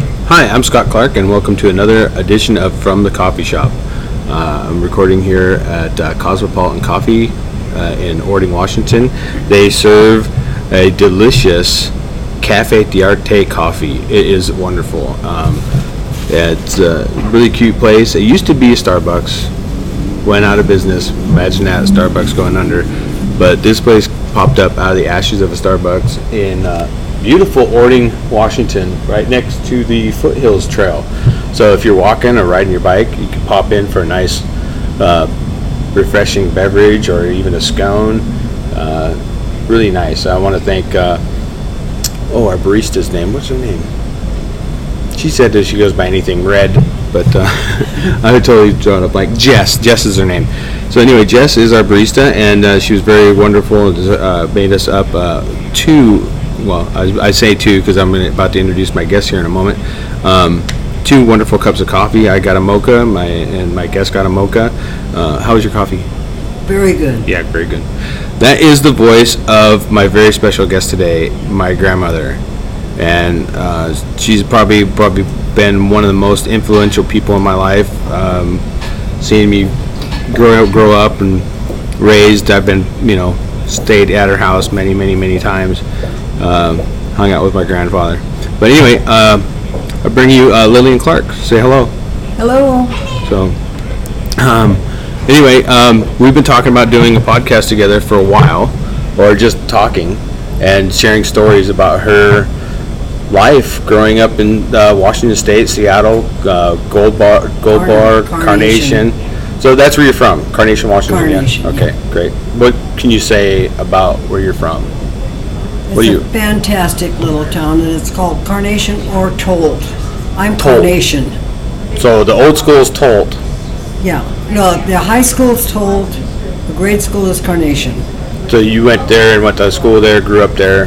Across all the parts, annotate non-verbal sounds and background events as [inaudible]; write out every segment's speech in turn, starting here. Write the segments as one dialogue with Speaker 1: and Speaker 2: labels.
Speaker 1: Hi, I'm Scott Clark, and welcome to another edition of From the Coffee Shop. Uh, I'm recording here at uh, Cosmopolitan Coffee uh, in Ording, Washington. They serve a delicious Cafe d'Arte coffee. It is wonderful. Um, it's a really cute place. It used to be a Starbucks, went out of business. Imagine that Starbucks going under. But this place popped up out of the ashes of a Starbucks in uh, beautiful Ording, Washington, right next to the Foothills Trail. So if you're walking or riding your bike, you can pop in for a nice, uh, refreshing beverage or even a scone. Uh, really nice. I want to thank. Uh, oh, our barista's name. What's her name? She said that she goes by anything red, but uh, [laughs] I totally drawn up like Jess. Jess is her name. So anyway, Jess is our barista, and uh, she was very wonderful and uh, made us up uh, two. Well, I, I say two because I'm gonna, about to introduce my guest here in a moment. Um, two wonderful cups of coffee. I got a mocha, my and my guest got a mocha. Uh, how was your coffee?
Speaker 2: Very good.
Speaker 1: Yeah, very good. That is the voice of my very special guest today, my grandmother, and uh, she's probably probably been one of the most influential people in my life. Um, seeing me grow grow up and raised, I've been you know stayed at her house many many many times. Um, hung out with my grandfather, but anyway, uh, I bring you uh, Lillian Clark. Say hello.
Speaker 2: Hello.
Speaker 1: So, um, anyway, um, we've been talking about doing a podcast together for a while, or just talking and sharing stories about her life growing up in uh, Washington State, Seattle, uh, Gold Bar, Gold
Speaker 2: Carn-
Speaker 1: Bar, Carnation.
Speaker 2: Carnation.
Speaker 1: So that's where you're from, Carnation, Washington. yeah?
Speaker 2: Carnation, yeah.
Speaker 1: Okay, great. What can you say about where you're from? What
Speaker 2: it's
Speaker 1: do you-
Speaker 2: a fantastic little town, and it's called Carnation or Told. I'm
Speaker 1: Told.
Speaker 2: Carnation.
Speaker 1: So the old school is told.
Speaker 2: Yeah. No, the high school is Told. The grade school is Carnation.
Speaker 1: So you went there and went to school there, grew up there.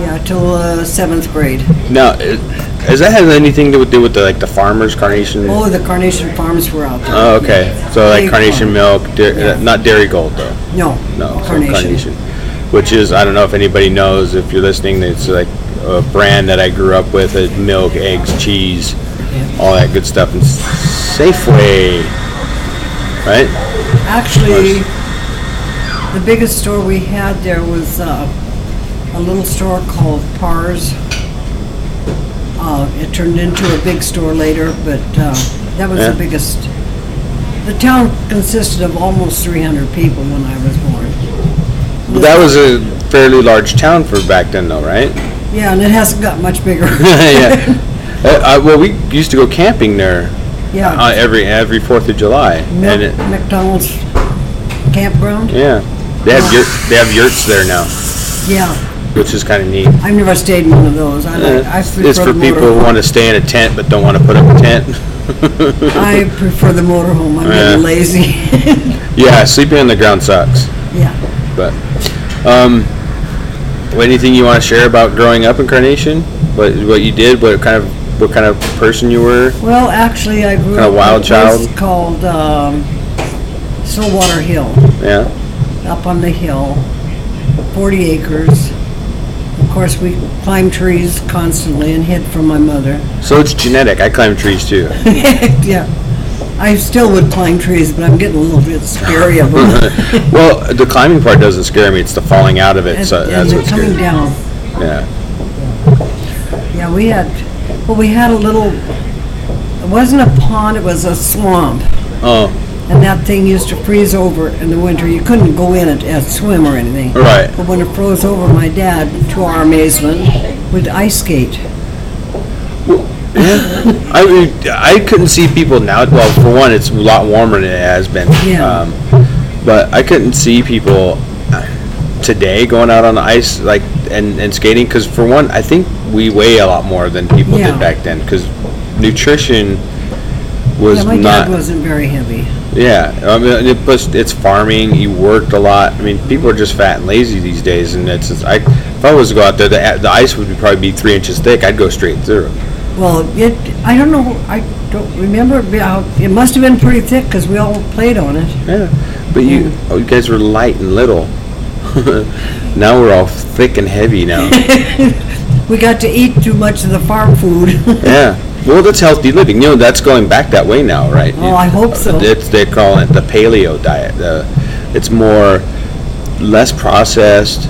Speaker 2: Yeah, till uh, seventh grade.
Speaker 1: Now, i- does that have anything to do with the, like the farmers, Carnation?
Speaker 2: Oh, the Carnation farms were out there.
Speaker 1: Oh, okay. So like
Speaker 2: Dairy
Speaker 1: Carnation
Speaker 2: Farm.
Speaker 1: Milk, dai-
Speaker 2: Yeah.
Speaker 1: uh, not Dairy Gold though.
Speaker 2: No.
Speaker 1: No, so
Speaker 2: Carnation.
Speaker 1: Carnation, which is I don't know if anybody knows. If you're listening, it's like a brand that I grew up with: is milk, eggs, cheese, all that good stuff. And Safeway, right?
Speaker 2: Actually, the biggest store we had there was uh, a little store called Pars. Uh, It turned into a big store later, but uh, that was
Speaker 1: Yeah.
Speaker 2: the biggest. The town consisted of almost 300 people when I was born.
Speaker 1: Well, that was a fairly large town for back then, though,
Speaker 2: [laughs]
Speaker 1: right? [laughs]
Speaker 2: Yeah, and it hasn't got much bigger.
Speaker 1: yeah. Uh, I, well, we used to go camping there uh,
Speaker 2: Yeah.
Speaker 1: every every Fourth of July, and
Speaker 2: Mc-
Speaker 1: it,
Speaker 2: McDonald's campground?
Speaker 1: yeah, they have yurt, they have yurts there now,
Speaker 2: Yeah,
Speaker 1: which is kind of neat.
Speaker 2: I've never stayed in one of those. I like, I prefer
Speaker 1: Uh, It's for
Speaker 2: the
Speaker 1: people who
Speaker 2: motor-
Speaker 1: want to stay in a tent but don't want to put up a [laughs] tent.
Speaker 2: I prefer the motorhome, I'm
Speaker 1: Yeah.
Speaker 2: really lazy. [laughs]
Speaker 1: yeah, sleeping on the ground sucks.
Speaker 2: Yeah.
Speaker 1: But um, anything you want to share about growing up in Carnation? What what you did? What kind of what kind of person you were?
Speaker 2: Well, actually, I grew
Speaker 1: Kinda
Speaker 2: up
Speaker 1: wild
Speaker 2: in a place
Speaker 1: child?
Speaker 2: called um, Stillwater Hill,
Speaker 1: Yeah,
Speaker 2: up on the hill, 40 acres. Of course, we climbed trees constantly and hid from my mother. [laughs]
Speaker 1: so it's genetic. I climb trees too.
Speaker 2: yeah. I still would climb trees, but I'm getting a little bit scary of them.
Speaker 1: well, the climbing part doesn't scare me. [laughs] It's the falling out of it.
Speaker 2: and
Speaker 1: so
Speaker 2: and
Speaker 1: that's
Speaker 2: they're
Speaker 1: what scares
Speaker 2: coming
Speaker 1: me.
Speaker 2: down.
Speaker 1: Yeah,
Speaker 2: Yeah, we had, well, we had a little, it wasn't a pond, it was a swamp.
Speaker 1: oh,
Speaker 2: And that thing used to freeze over in the winter. You couldn't go in it and swim or anything.
Speaker 1: right.
Speaker 2: But when it froze over, my dad, to our amazement, would ice skate.
Speaker 1: I mean, I couldn't see people now. Well, for one, it's a lot warmer than it has been.
Speaker 2: Yeah.
Speaker 1: Um, but I couldn't see people uh, today going out on the ice like and, and skating because for one, I think we weigh a lot more than people
Speaker 2: Yeah.
Speaker 1: did back then because nutrition was
Speaker 2: Yeah, my
Speaker 1: not.
Speaker 2: dad wasn't very heavy.
Speaker 1: Yeah, I mean, and it, plus it's farming. You worked a lot. I mean, people are just fat and lazy these days, and it's. it's- I if I was to go out there, the, the ice would be probably be three inches thick. I'd go straight through.
Speaker 2: Well, it, I don't know, I don't remember, it be- how- it must have been pretty thick because we all played on it.
Speaker 1: Yeah, but you, oh, you guys were light and little. [laughs] now we're all
Speaker 2: [laughs]
Speaker 1: thick and heavy now.
Speaker 2: We got to eat too much of the farm food. [laughs]
Speaker 1: yeah, Well, that's healthy living. You know, that's going back that way now, right?
Speaker 2: Oh, I hope so.
Speaker 1: It's, they're calling it the paleo diet. The, it's more, less processed,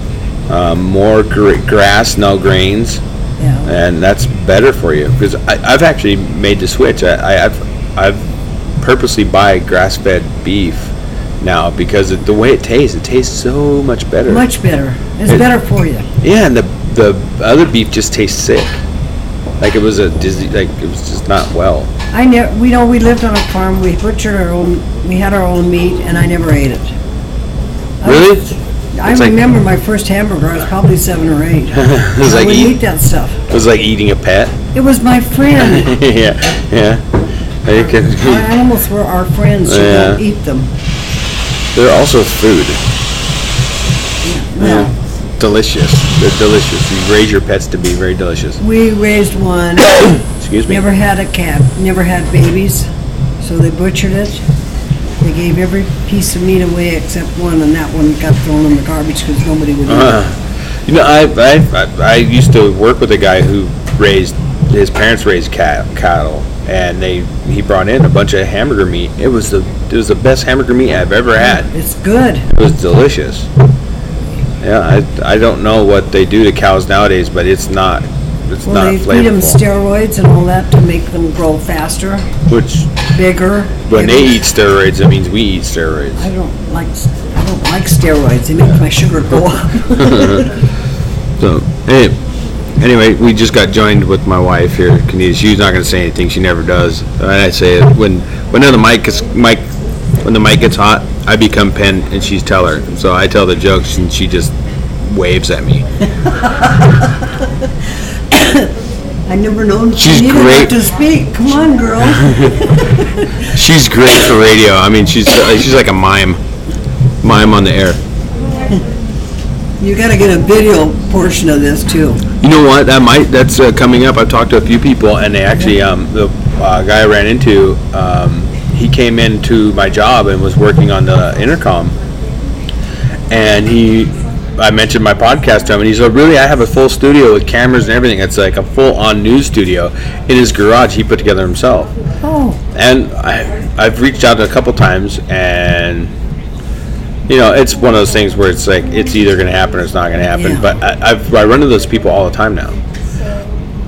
Speaker 1: um, more gr- grass, no grains,
Speaker 2: yeah.
Speaker 1: and that's better for you. Because I've actually made the switch. I, I, I've, I've purposely buy grass-fed beef now because it, the way it tastes, it tastes so much better.
Speaker 2: Much better. It's
Speaker 1: It-
Speaker 2: better for you.
Speaker 1: Yeah, and the the other beef just tastes sick. Like it was a dizzy. Like it was just not well.
Speaker 2: I never, we know, we lived on a farm, we butchered our own, we had our own meat, and I never ate it. I was-
Speaker 1: Really?
Speaker 2: I
Speaker 1: It's like- [laughs]
Speaker 2: remember my first hamburger, I was probably seven or eight.
Speaker 1: it was
Speaker 2: I
Speaker 1: like
Speaker 2: wouldn't eat
Speaker 1: eat,
Speaker 2: that stuff.
Speaker 1: it was like eating a pet.
Speaker 2: It was my friend.
Speaker 1: yeah, yeah. They can- [laughs]
Speaker 2: Our animals were our friends, you don't eat them.
Speaker 1: they're also food.
Speaker 2: No,
Speaker 1: Delicious. They're delicious. You raise your pets to be very delicious.
Speaker 2: we raised one,
Speaker 1: Excuse me.
Speaker 2: never had a cat, never had babies, so they butchered it. They gave every piece of meat away except one, and that one got thrown in the garbage because nobody would eat it.
Speaker 1: Uh, you know, I, I, I, I used to work with a guy who raised, his parents raised cat, cattle, and they, he brought in a bunch of hamburger meat. It was the, it was the best hamburger meat I've ever had.
Speaker 2: It's good.
Speaker 1: It was delicious. Yeah, I, I don't know what they do to cows nowadays, but it's not, it's
Speaker 2: Well,
Speaker 1: not
Speaker 2: they feed them
Speaker 1: flavorful.
Speaker 2: steroids and all that to make them grow faster,
Speaker 1: Which,
Speaker 2: bigger.
Speaker 1: when they
Speaker 2: bigger.
Speaker 1: eat steroids, it means we eat steroids.
Speaker 2: I don't like, s- I don't like steroids. They make my sugar go up.
Speaker 1: So, any- anyway, we just got joined with my wife here, Kenita. She's not gonna say anything, she never does. And I say, it when, when the mic gets, mic, when the mic gets hot, I become Penn and she's teller. So I tell the jokes and she just waves at me.
Speaker 2: I never known
Speaker 1: She's
Speaker 2: Anita not
Speaker 1: great.
Speaker 2: to speak. Come on, girl.
Speaker 1: [laughs] She's great for radio. I mean, she's, she's like a mime, mime on the air.
Speaker 2: You gotta get a video portion of this too.
Speaker 1: You know what? That might that's uh, coming up. I've talked to a few people, and they actually um, the uh, guy I ran into, um, he came into my job and was working on the intercom, and he. I mentioned my podcast to him, and he's like, "Really, I have a full studio with cameras and everything. It's like a full-on news studio in his garage. He put together himself."
Speaker 2: Oh,
Speaker 1: and I, I've reached out a couple times, and you know, it's one of those things where it's like it's either going to happen or it's not going to happen.
Speaker 2: Yeah.
Speaker 1: But I, I've I run into those people all the time now.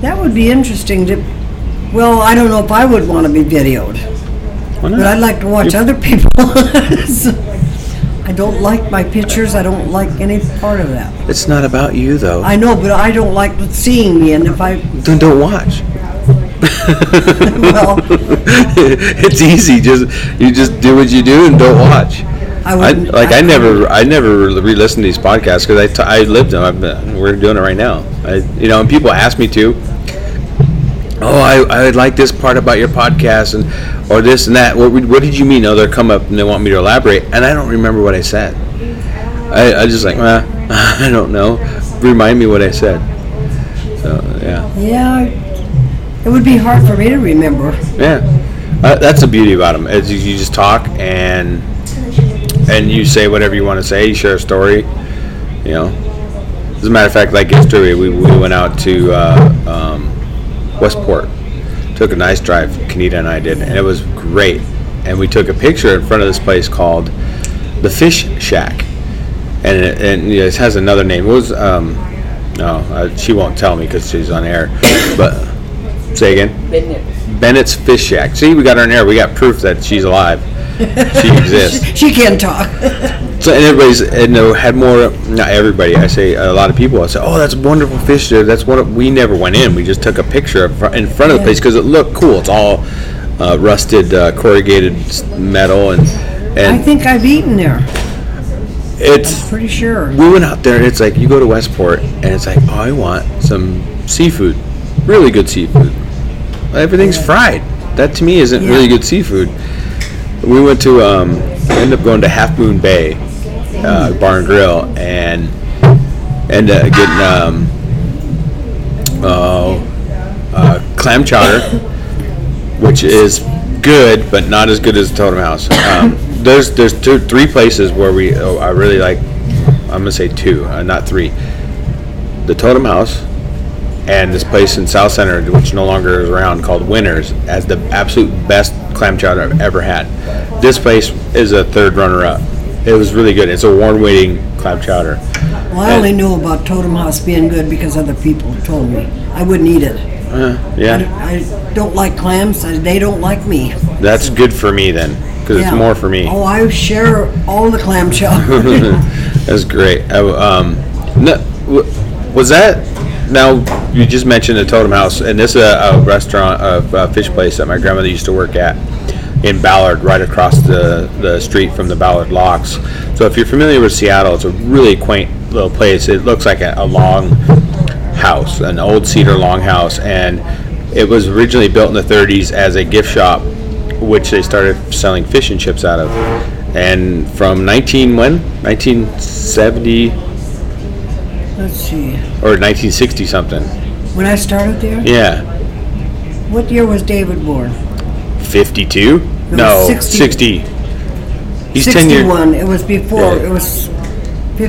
Speaker 2: that would be interesting to, well, I don't know if I would wanna be videoed,
Speaker 1: Why
Speaker 2: but
Speaker 1: not?
Speaker 2: I'd like to watch other people. [laughs] So, I don't like my pictures. I don't like any part of that.
Speaker 1: It's not about you though.
Speaker 2: I know, but I don't like seeing me and if I, [laughs]
Speaker 1: then don't watch. [laughs]
Speaker 2: well,
Speaker 1: it's easy. Just you just do what you do and don't watch.
Speaker 2: I
Speaker 1: I,
Speaker 2: would.
Speaker 1: like I never, I never re-listened to these podcasts because I, t- I lived them. I've been, we're doing it right now. I, you know, and people ask me to. Oh, I, I like this part about your podcast and or this and that. What, what did you mean? Oh, they're come up and they want me to elaborate, and I don't remember what I said. I, I just like, "Nah, [laughs] I don't know. Remind me what I said. So yeah,
Speaker 2: Yeah, it would be hard for me to remember.
Speaker 1: yeah. Uh, that's the beauty about them. Is you, you just talk and and you say whatever you want to say. You share a story. You know. As a matter of fact, like yesterday, we, we went out to uh, um, Westport. Took a nice drive, Kanita and I did, and it was great. And we took a picture in front of this place called the Fish Shack, and it, and it has another name. It was um, no, uh, she won't tell me because she's on air. But say again, Bennett's. Bennett's Fish Shack. See, we got her on air. We got proof that she's alive. She exists.
Speaker 2: She can't talk.
Speaker 1: So and everybody's and they had more. Not everybody. I say a lot of people. I say, oh, that's wonderful fish there. That's what we never went in. We just took a picture of, in front of the place because it looked cool. It's all uh, rusted, uh, corrugated s- metal, and
Speaker 2: I
Speaker 1: and
Speaker 2: think I've eaten there,
Speaker 1: it's.
Speaker 2: pretty sure.
Speaker 1: We went out there and it's like you go to Westport and it's like, oh, I want some seafood, really good seafood. Everything's fried. That to me isn't
Speaker 2: Yeah.
Speaker 1: really good seafood. We went to um, ended up going to Half Moon Bay uh, Bar and Grill and and uh, getting um, oh, uh, clam chowder, which is good but not as good as Totem House.
Speaker 2: [laughs]
Speaker 1: Um, there's there's two three places where we oh, I really like. I'm gonna say two, uh, not three. The Totem House and this place in South Center, which no longer is around, called Winners, as the absolute best clam chowder I've ever had. This place is a third runner-up. It was really good. It's a warm-waiting clam chowder.
Speaker 2: Well, I only knew about Totem House being good because other people told me. I wouldn't eat it.
Speaker 1: Uh,
Speaker 2: I
Speaker 1: yeah.
Speaker 2: don't- I don't like clams, and they don't like me.
Speaker 1: That's good for me then, because it's
Speaker 2: Yeah.
Speaker 1: more for me.
Speaker 2: Oh, I share all the clam chowder.
Speaker 1: [laughs] That's great. I w um, no, w- was that? Now you just mentioned the Totem House, and this is a, a restaurant, a, a fish place that my grandmother used to work at in Ballard, right across the, the street from the Ballard Locks. So if you're familiar with Seattle, it's a really quaint little place. It looks like a, a long house, an old cedar longhouse, and it was originally built in the 30s as a gift shop, which they started selling fish and chips out of. And from 19 when 1970
Speaker 2: Let's see.
Speaker 1: or 1960 something,
Speaker 2: When I started there,
Speaker 1: yeah,
Speaker 2: what year was David born?
Speaker 1: 52?
Speaker 2: No,
Speaker 1: No,
Speaker 2: 60.
Speaker 1: 60. He's 10 years.
Speaker 2: Sixty-one. It was before.
Speaker 1: Yeah.
Speaker 2: It was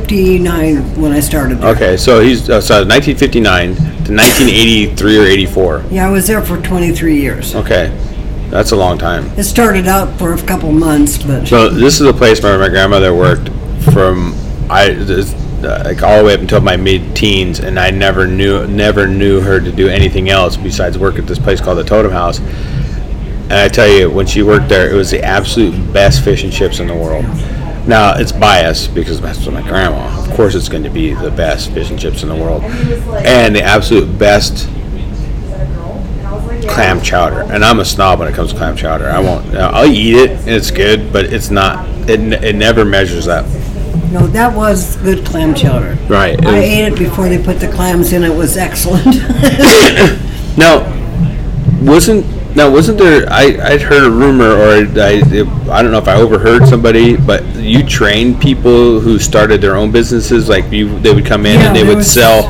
Speaker 2: fifty-nine when I started there.
Speaker 1: Okay, so he's uh, so 1959 to 1983 or 84.
Speaker 2: Yeah, I was there for twenty-three years.
Speaker 1: Okay, that's a long time.
Speaker 2: It started out for a couple months, but
Speaker 1: So this is a place where my grandmother worked from I this, uh, like all the way up until my mid-teens, and I never knew never knew her to do anything else besides work at this place called the Totem House. And I tell you, when she worked there, it was the absolute best fish and chips in the world. Now it's biased because that's my grandma. Of course, it's going to be the best fish and chips in the world, and the absolute best clam chowder, and I'm a snob when it comes to clam chowder. I won't. uh, I'll eat it, and it's good, but it's not. It, n- it never measures up.
Speaker 2: no, that was good clam chowder.
Speaker 1: Right.
Speaker 2: I ate it before they put the clams in. It was excellent. [laughs]
Speaker 1: now, wasn't now wasn't there? I I'd heard a rumor, or I it, I don't know if I overheard somebody, but you trained people who started their own businesses. Like you, they would come in
Speaker 2: Yeah,
Speaker 1: and they
Speaker 2: there
Speaker 1: would
Speaker 2: was,
Speaker 1: sell.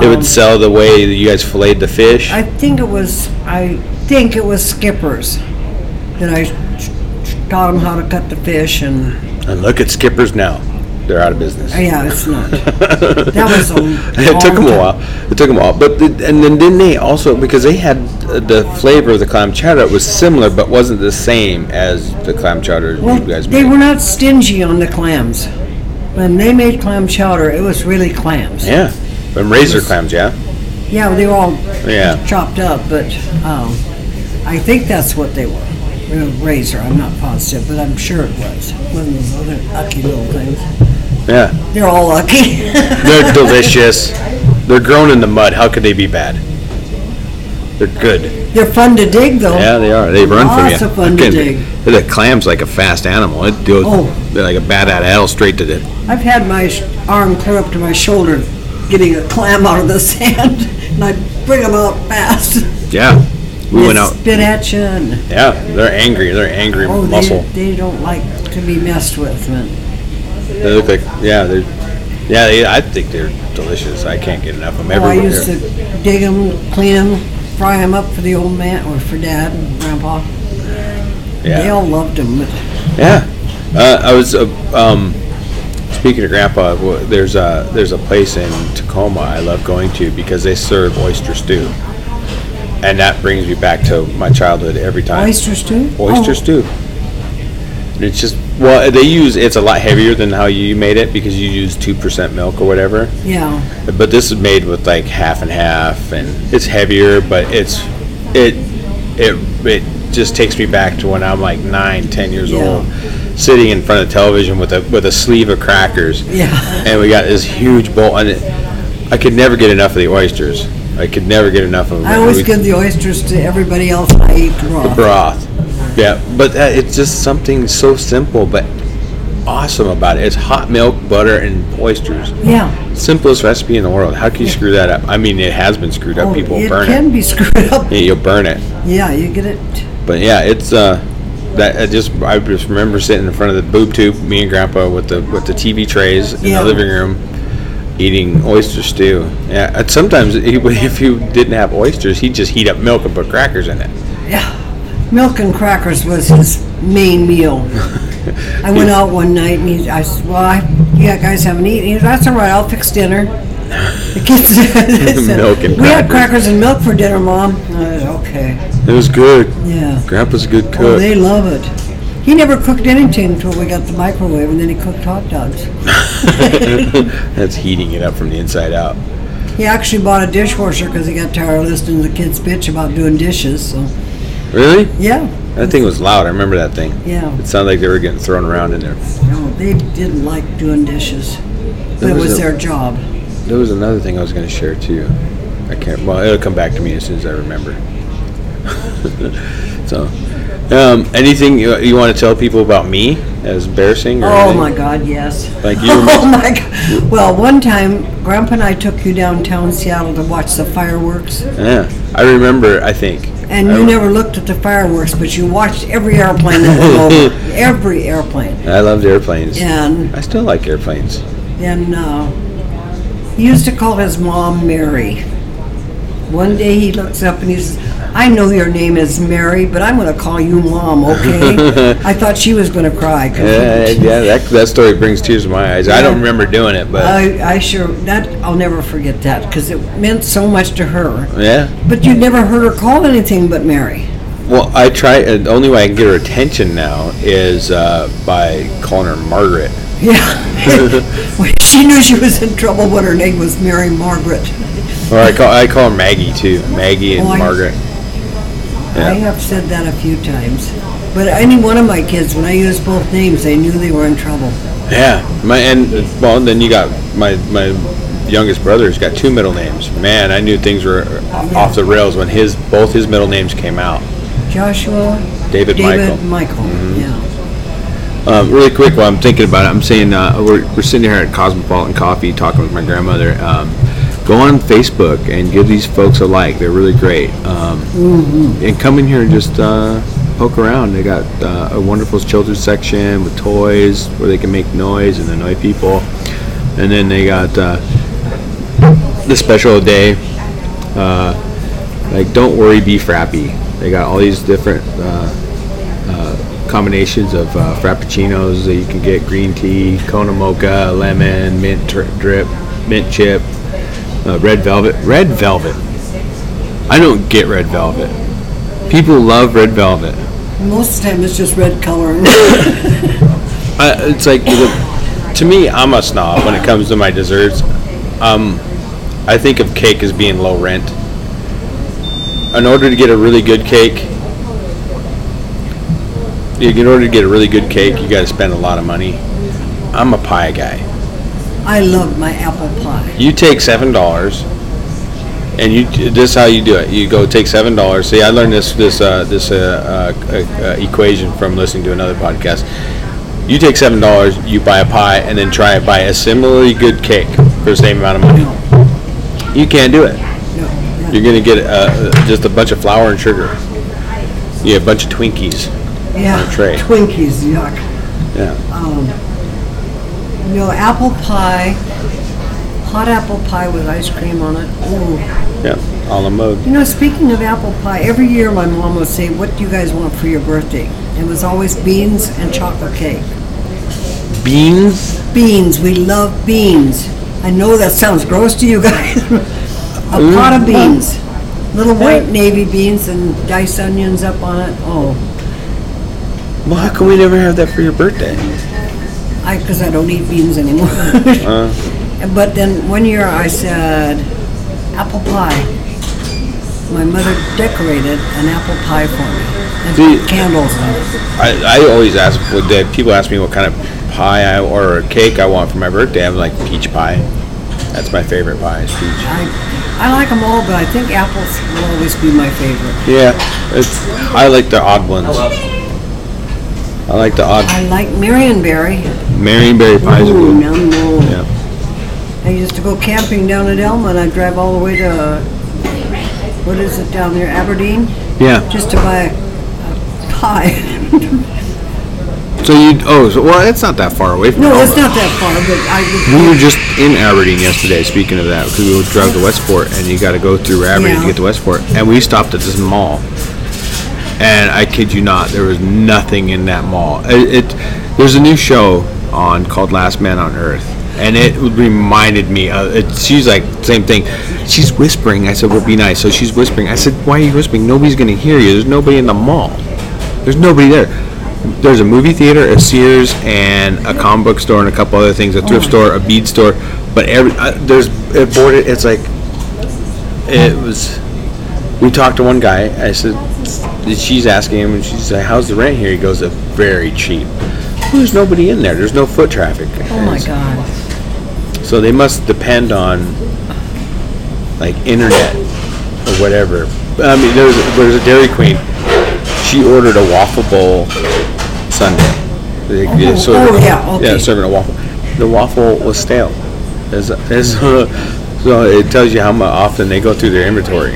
Speaker 1: they
Speaker 2: um,
Speaker 1: would sell the way that you guys filleted the fish.
Speaker 2: I think it was. I think it was Skipper's that I taught them how to cut the fish, and
Speaker 1: and look at Skippers now. They're out of business.
Speaker 2: yeah, it's not.
Speaker 1: that [laughs]
Speaker 2: was a
Speaker 1: it took them
Speaker 2: long
Speaker 1: a
Speaker 2: time.
Speaker 1: while. It took them a while, but the, and then didn't they also because they had uh, the flavor of the clam chowder it was similar but wasn't the same as the clam chowder
Speaker 2: Well,
Speaker 1: you guys
Speaker 2: they
Speaker 1: made.
Speaker 2: were not stingy on the clams. When they made clam chowder, it was really clams.
Speaker 1: yeah, from razor clams. Yeah,
Speaker 2: Yeah, they were all
Speaker 1: yeah.
Speaker 2: chopped up, but um, I think that's what they were. They were Razor, I'm not positive, but I'm sure it was. One of those other ucky little things.
Speaker 1: Yeah,
Speaker 2: They're all ucky. [laughs]
Speaker 1: they're delicious. They're grown in the mud. How could they be bad? They're good.
Speaker 2: They're fun to dig, though.
Speaker 1: Yeah, they are. They run from you.
Speaker 2: Oh. Lots of fun to
Speaker 1: Can't be-
Speaker 2: dig.
Speaker 1: The clam's like a fast animal. It goes
Speaker 2: Oh.
Speaker 1: they're like a bat out of hell straight to the
Speaker 2: I've had my sh- arm clear up to my shoulder getting a clam out of the [laughs] sand, and I bring them out fast.
Speaker 1: yeah. We went
Speaker 2: They
Speaker 1: out.
Speaker 2: Spit at you and...
Speaker 1: Yeah, they're angry. They're angry
Speaker 2: Oh,
Speaker 1: muscle.
Speaker 2: They, they don't like to be messed with, oh, man.
Speaker 1: They look like yeah, they're yeah. They, I think they're delicious. I can't get enough of them.
Speaker 2: Oh, I
Speaker 1: Everywhere.
Speaker 2: used to dig them, clean them, fry them up for the old man or for dad and grandpa. They
Speaker 1: yeah,
Speaker 2: all loved them.
Speaker 1: yeah. Uh, I was uh, um, speaking to Grandpa. w- There's a there's a place in Tacoma I love going to because they serve oyster stew, and that brings me back to my childhood every time.
Speaker 2: Oysters too?
Speaker 1: oyster
Speaker 2: Oh,
Speaker 1: stew. And It's just well, they use it's a lot heavier than how you made it because you use two percent milk or whatever.
Speaker 2: Oh, Yeah. [laughs]
Speaker 1: But this is made with like half and half, and it's heavier, but it's it it it just takes me back to when I'm like nine, ten years
Speaker 2: Yeah.
Speaker 1: old, sitting in front of television with a with a sleeve of crackers,
Speaker 2: Yeah.
Speaker 1: and we got this huge bowl, and it, I could never get enough of the oysters. I could never get enough of them.
Speaker 2: I always give the oysters to everybody else and I eat the raw.
Speaker 1: broth. Yeah, but uh, it's just something so simple but awesome about it. It's hot milk, butter, and oysters.
Speaker 2: Yeah.
Speaker 1: Simplest recipe in the world. How can you screw that up? I mean, it has been screwed up.
Speaker 2: Oh,
Speaker 1: People
Speaker 2: it
Speaker 1: burn
Speaker 2: can
Speaker 1: it.
Speaker 2: be screwed up.
Speaker 1: Yeah, you'll burn it.
Speaker 2: Yeah, you get it.
Speaker 1: But yeah, it's uh, that I just I just remember sitting in front of the boob tube, me and Grandpa with the with the TV trays in
Speaker 2: Yeah.
Speaker 1: the living room, eating oyster stew. Yeah, and sometimes he, [laughs] would- if you didn't have oysters, he'd just heat up milk and put crackers in it.
Speaker 2: Yeah, milk and crackers was his
Speaker 1: [laughs]
Speaker 2: main meal. I went out one night and he, I said, well, I, yeah, guys haven't eaten. He said, that's all right, I'll fix dinner. The kids [laughs]
Speaker 1: [laughs]
Speaker 2: said,
Speaker 1: Milk and
Speaker 2: We
Speaker 1: crackers."
Speaker 2: had crackers and milk for dinner, Mom. I said, Okay,
Speaker 1: It was good.
Speaker 2: yeah.
Speaker 1: Grandpa's a good
Speaker 2: Oh,
Speaker 1: [laughs] cook.
Speaker 2: they love it. He never cooked anything until we got the microwave, and then he cooked hot dogs.
Speaker 1: That's heating it up from the inside out.
Speaker 2: He actually bought a dishwasher because he got tired of listening to the kids bitch about doing dishes, so,
Speaker 1: Really?
Speaker 2: yeah.
Speaker 1: That thing was loud. I remember that thing.
Speaker 2: Yeah.
Speaker 1: It sounded like they were getting thrown around in there.
Speaker 2: No, they didn't like doing dishes. But
Speaker 1: There
Speaker 2: it
Speaker 1: was
Speaker 2: was
Speaker 1: a-
Speaker 2: their job.
Speaker 1: There was another thing I was going to share too. I can't. Well, it'll come back to me as soon as I remember. [laughs] so, um, anything you, you want to tell people about me as embarrassing? Or
Speaker 2: Oh
Speaker 1: anything?
Speaker 2: my God, yes.
Speaker 1: Like you
Speaker 2: [laughs] Oh
Speaker 1: remember-
Speaker 2: my God. Well, one time, Grandpa and I took you downtown Seattle to watch the fireworks,
Speaker 1: Yeah, I remember. I think.
Speaker 2: and
Speaker 1: I
Speaker 2: you
Speaker 1: rem-
Speaker 2: never looked at the fireworks, but you watched every airplane that went
Speaker 1: [laughs]
Speaker 2: over, every airplane.
Speaker 1: I loved airplanes.
Speaker 2: And
Speaker 1: I still like airplanes.
Speaker 2: then uh, he used to call his mom Mary. One day he looks up and he says, "I know your name is Mary, but I'm going to call you Mom,
Speaker 1: [laughs]
Speaker 2: okay?" I thought she was going to cry. 'cause
Speaker 1: Yeah, yeah. That, that story brings tears to my eyes. I don't
Speaker 2: Yeah.
Speaker 1: remember doing it, but
Speaker 2: I, I sure that I'll never forget that because it meant so much to her.
Speaker 1: yeah.
Speaker 2: But you never heard her called anything but Mary. [laughs]
Speaker 1: Well, I try. uh, The only way I can get her attention now is uh, by calling her Margaret.
Speaker 2: Yeah, When she knew she was in trouble when her name was Mary Margaret.
Speaker 1: Or I call I call her Maggie too. Maggie and
Speaker 2: Oh, I-
Speaker 1: Margaret. Yeah.
Speaker 2: I have said that a few times. But any one of my kids, when I used both names, they knew they were in trouble.
Speaker 1: Yeah. My and well, then you got my my youngest brother's got two middle names. Man, I knew things were off the rails when his both his middle names came out.
Speaker 2: Joshua,
Speaker 1: David, Michael.
Speaker 2: David, Michael. Yeah.
Speaker 1: Um, really quick, while I'm thinking about it, I'm saying uh, we're, we're sitting here at Cosmopolitan Coffee talking with my grandmother. Um, go on Facebook and give these folks a like. They're really great. Um, And come in here and just uh, poke around. They got uh, a wonderful children's section with toys where they can make noise and annoy people. And then they got uh, the special day. Uh, like, don't worry, be frappy. They got all these different. Uh, combinations of uh, frappuccinos that you can get green tea, Kona mocha, lemon, mint tr- drip, mint chip, uh, red velvet. Red velvet. I don't get red velvet. People love red velvet.
Speaker 2: Most of the time it's just red coloring.
Speaker 1: I, it's like the- to me, I'm a snob when it comes to my desserts. Um, I think of cake as being low rent. In order to get a really good cake, in order to get a really good cake, you got to spend a lot of money. I'm a pie guy.
Speaker 2: [laughs] I love my apple pie.
Speaker 1: You take seven dollars, and you this is how you do it. You go take seven dollars. See, I learned this this uh, this uh, uh, uh, equation from listening to another podcast. You take seven dollars, you buy a pie, and then try and buy a similarly good cake for the same amount of money. You can't do it.
Speaker 2: No, yeah.
Speaker 1: You're gonna get uh, just a bunch of flour and sugar. You get a bunch of Twinkies.
Speaker 2: Yeah,
Speaker 1: tray.
Speaker 2: Twinkies, yuck.
Speaker 1: Yeah.
Speaker 2: Um, no, apple pie, hot apple pie with ice cream on it. Ooh.
Speaker 1: Yeah, a la mode.
Speaker 2: You know, speaking of apple pie, every year my mom would say, what do you guys want for your birthday? It was always beans and chocolate cake.
Speaker 1: Beans.
Speaker 2: Beans, we love beans. I know that sounds gross to you guys. [laughs] A pot of beans, little white navy beans and diced onions up on it. Oh,
Speaker 1: Well, how come we never have that for your birthday?
Speaker 2: I, because I don't eat beans
Speaker 1: [laughs]
Speaker 2: anymore.
Speaker 1: Uh,
Speaker 2: But then one year I said, apple pie. My mother decorated an apple pie for me and
Speaker 1: See-
Speaker 2: put candles on it.
Speaker 1: I, I always ask, well, the people ask me what kind of pie I, or a cake I want for my birthday. I'm like peach pie. That's my favorite pie. Is peach.
Speaker 2: I, I like them all, but I think apples will always be my favorite.
Speaker 1: Yeah, it's. I like the odd ones. I like the odd
Speaker 2: I like Marionberry.
Speaker 1: Marionberry pies. are
Speaker 2: Ooh,
Speaker 1: good.
Speaker 2: num, num.
Speaker 1: Yeah.
Speaker 2: I used to go camping down at Elma and I'd drive all the way to, what is it down there, Aberdeen,
Speaker 1: Yeah.
Speaker 2: just to buy a pie. [laughs]
Speaker 1: So you? Oh, so, well, it's not that far away from.
Speaker 2: No,
Speaker 1: Elma.
Speaker 2: it's not that far, but I would
Speaker 1: We were just in Aberdeen yesterday. Speaking of that, because we drove to Westport, and you got to go through Aberdeen
Speaker 2: Yeah.
Speaker 1: to get to Westport, and we stopped at this mall. And I kid you not, there was nothing in that mall. It, it there's a new show on called Last Man on Earth, and it reminded me. Of, it, she's like same thing. She's whispering. I said, "Well, be nice." So she's whispering. I said, "Why are you whispering? Nobody's gonna hear you. There's nobody in the mall. There's nobody there. There's a movie theater, a Sears, and a comic book store, and a couple other things. A thrift store, a bead store. But every uh, there's it boarded. It's like it was." we talked to one guy. I said, she's asking him, and she's like, "How's the rent here?" He goes, "Uh, "Very cheap." There's nobody in there. There's no foot traffic.
Speaker 2: Oh my God.
Speaker 1: So they must depend on like internet or whatever. I mean, there's there's a Dairy Queen. She ordered a waffle bowl Sunday. They- they
Speaker 2: Oh,
Speaker 1: serve-
Speaker 2: oh, yeah, okay.
Speaker 1: serving a waffle. The waffle was stale. There's, there's, [laughs] so it tells you how mu- often they go through their inventory.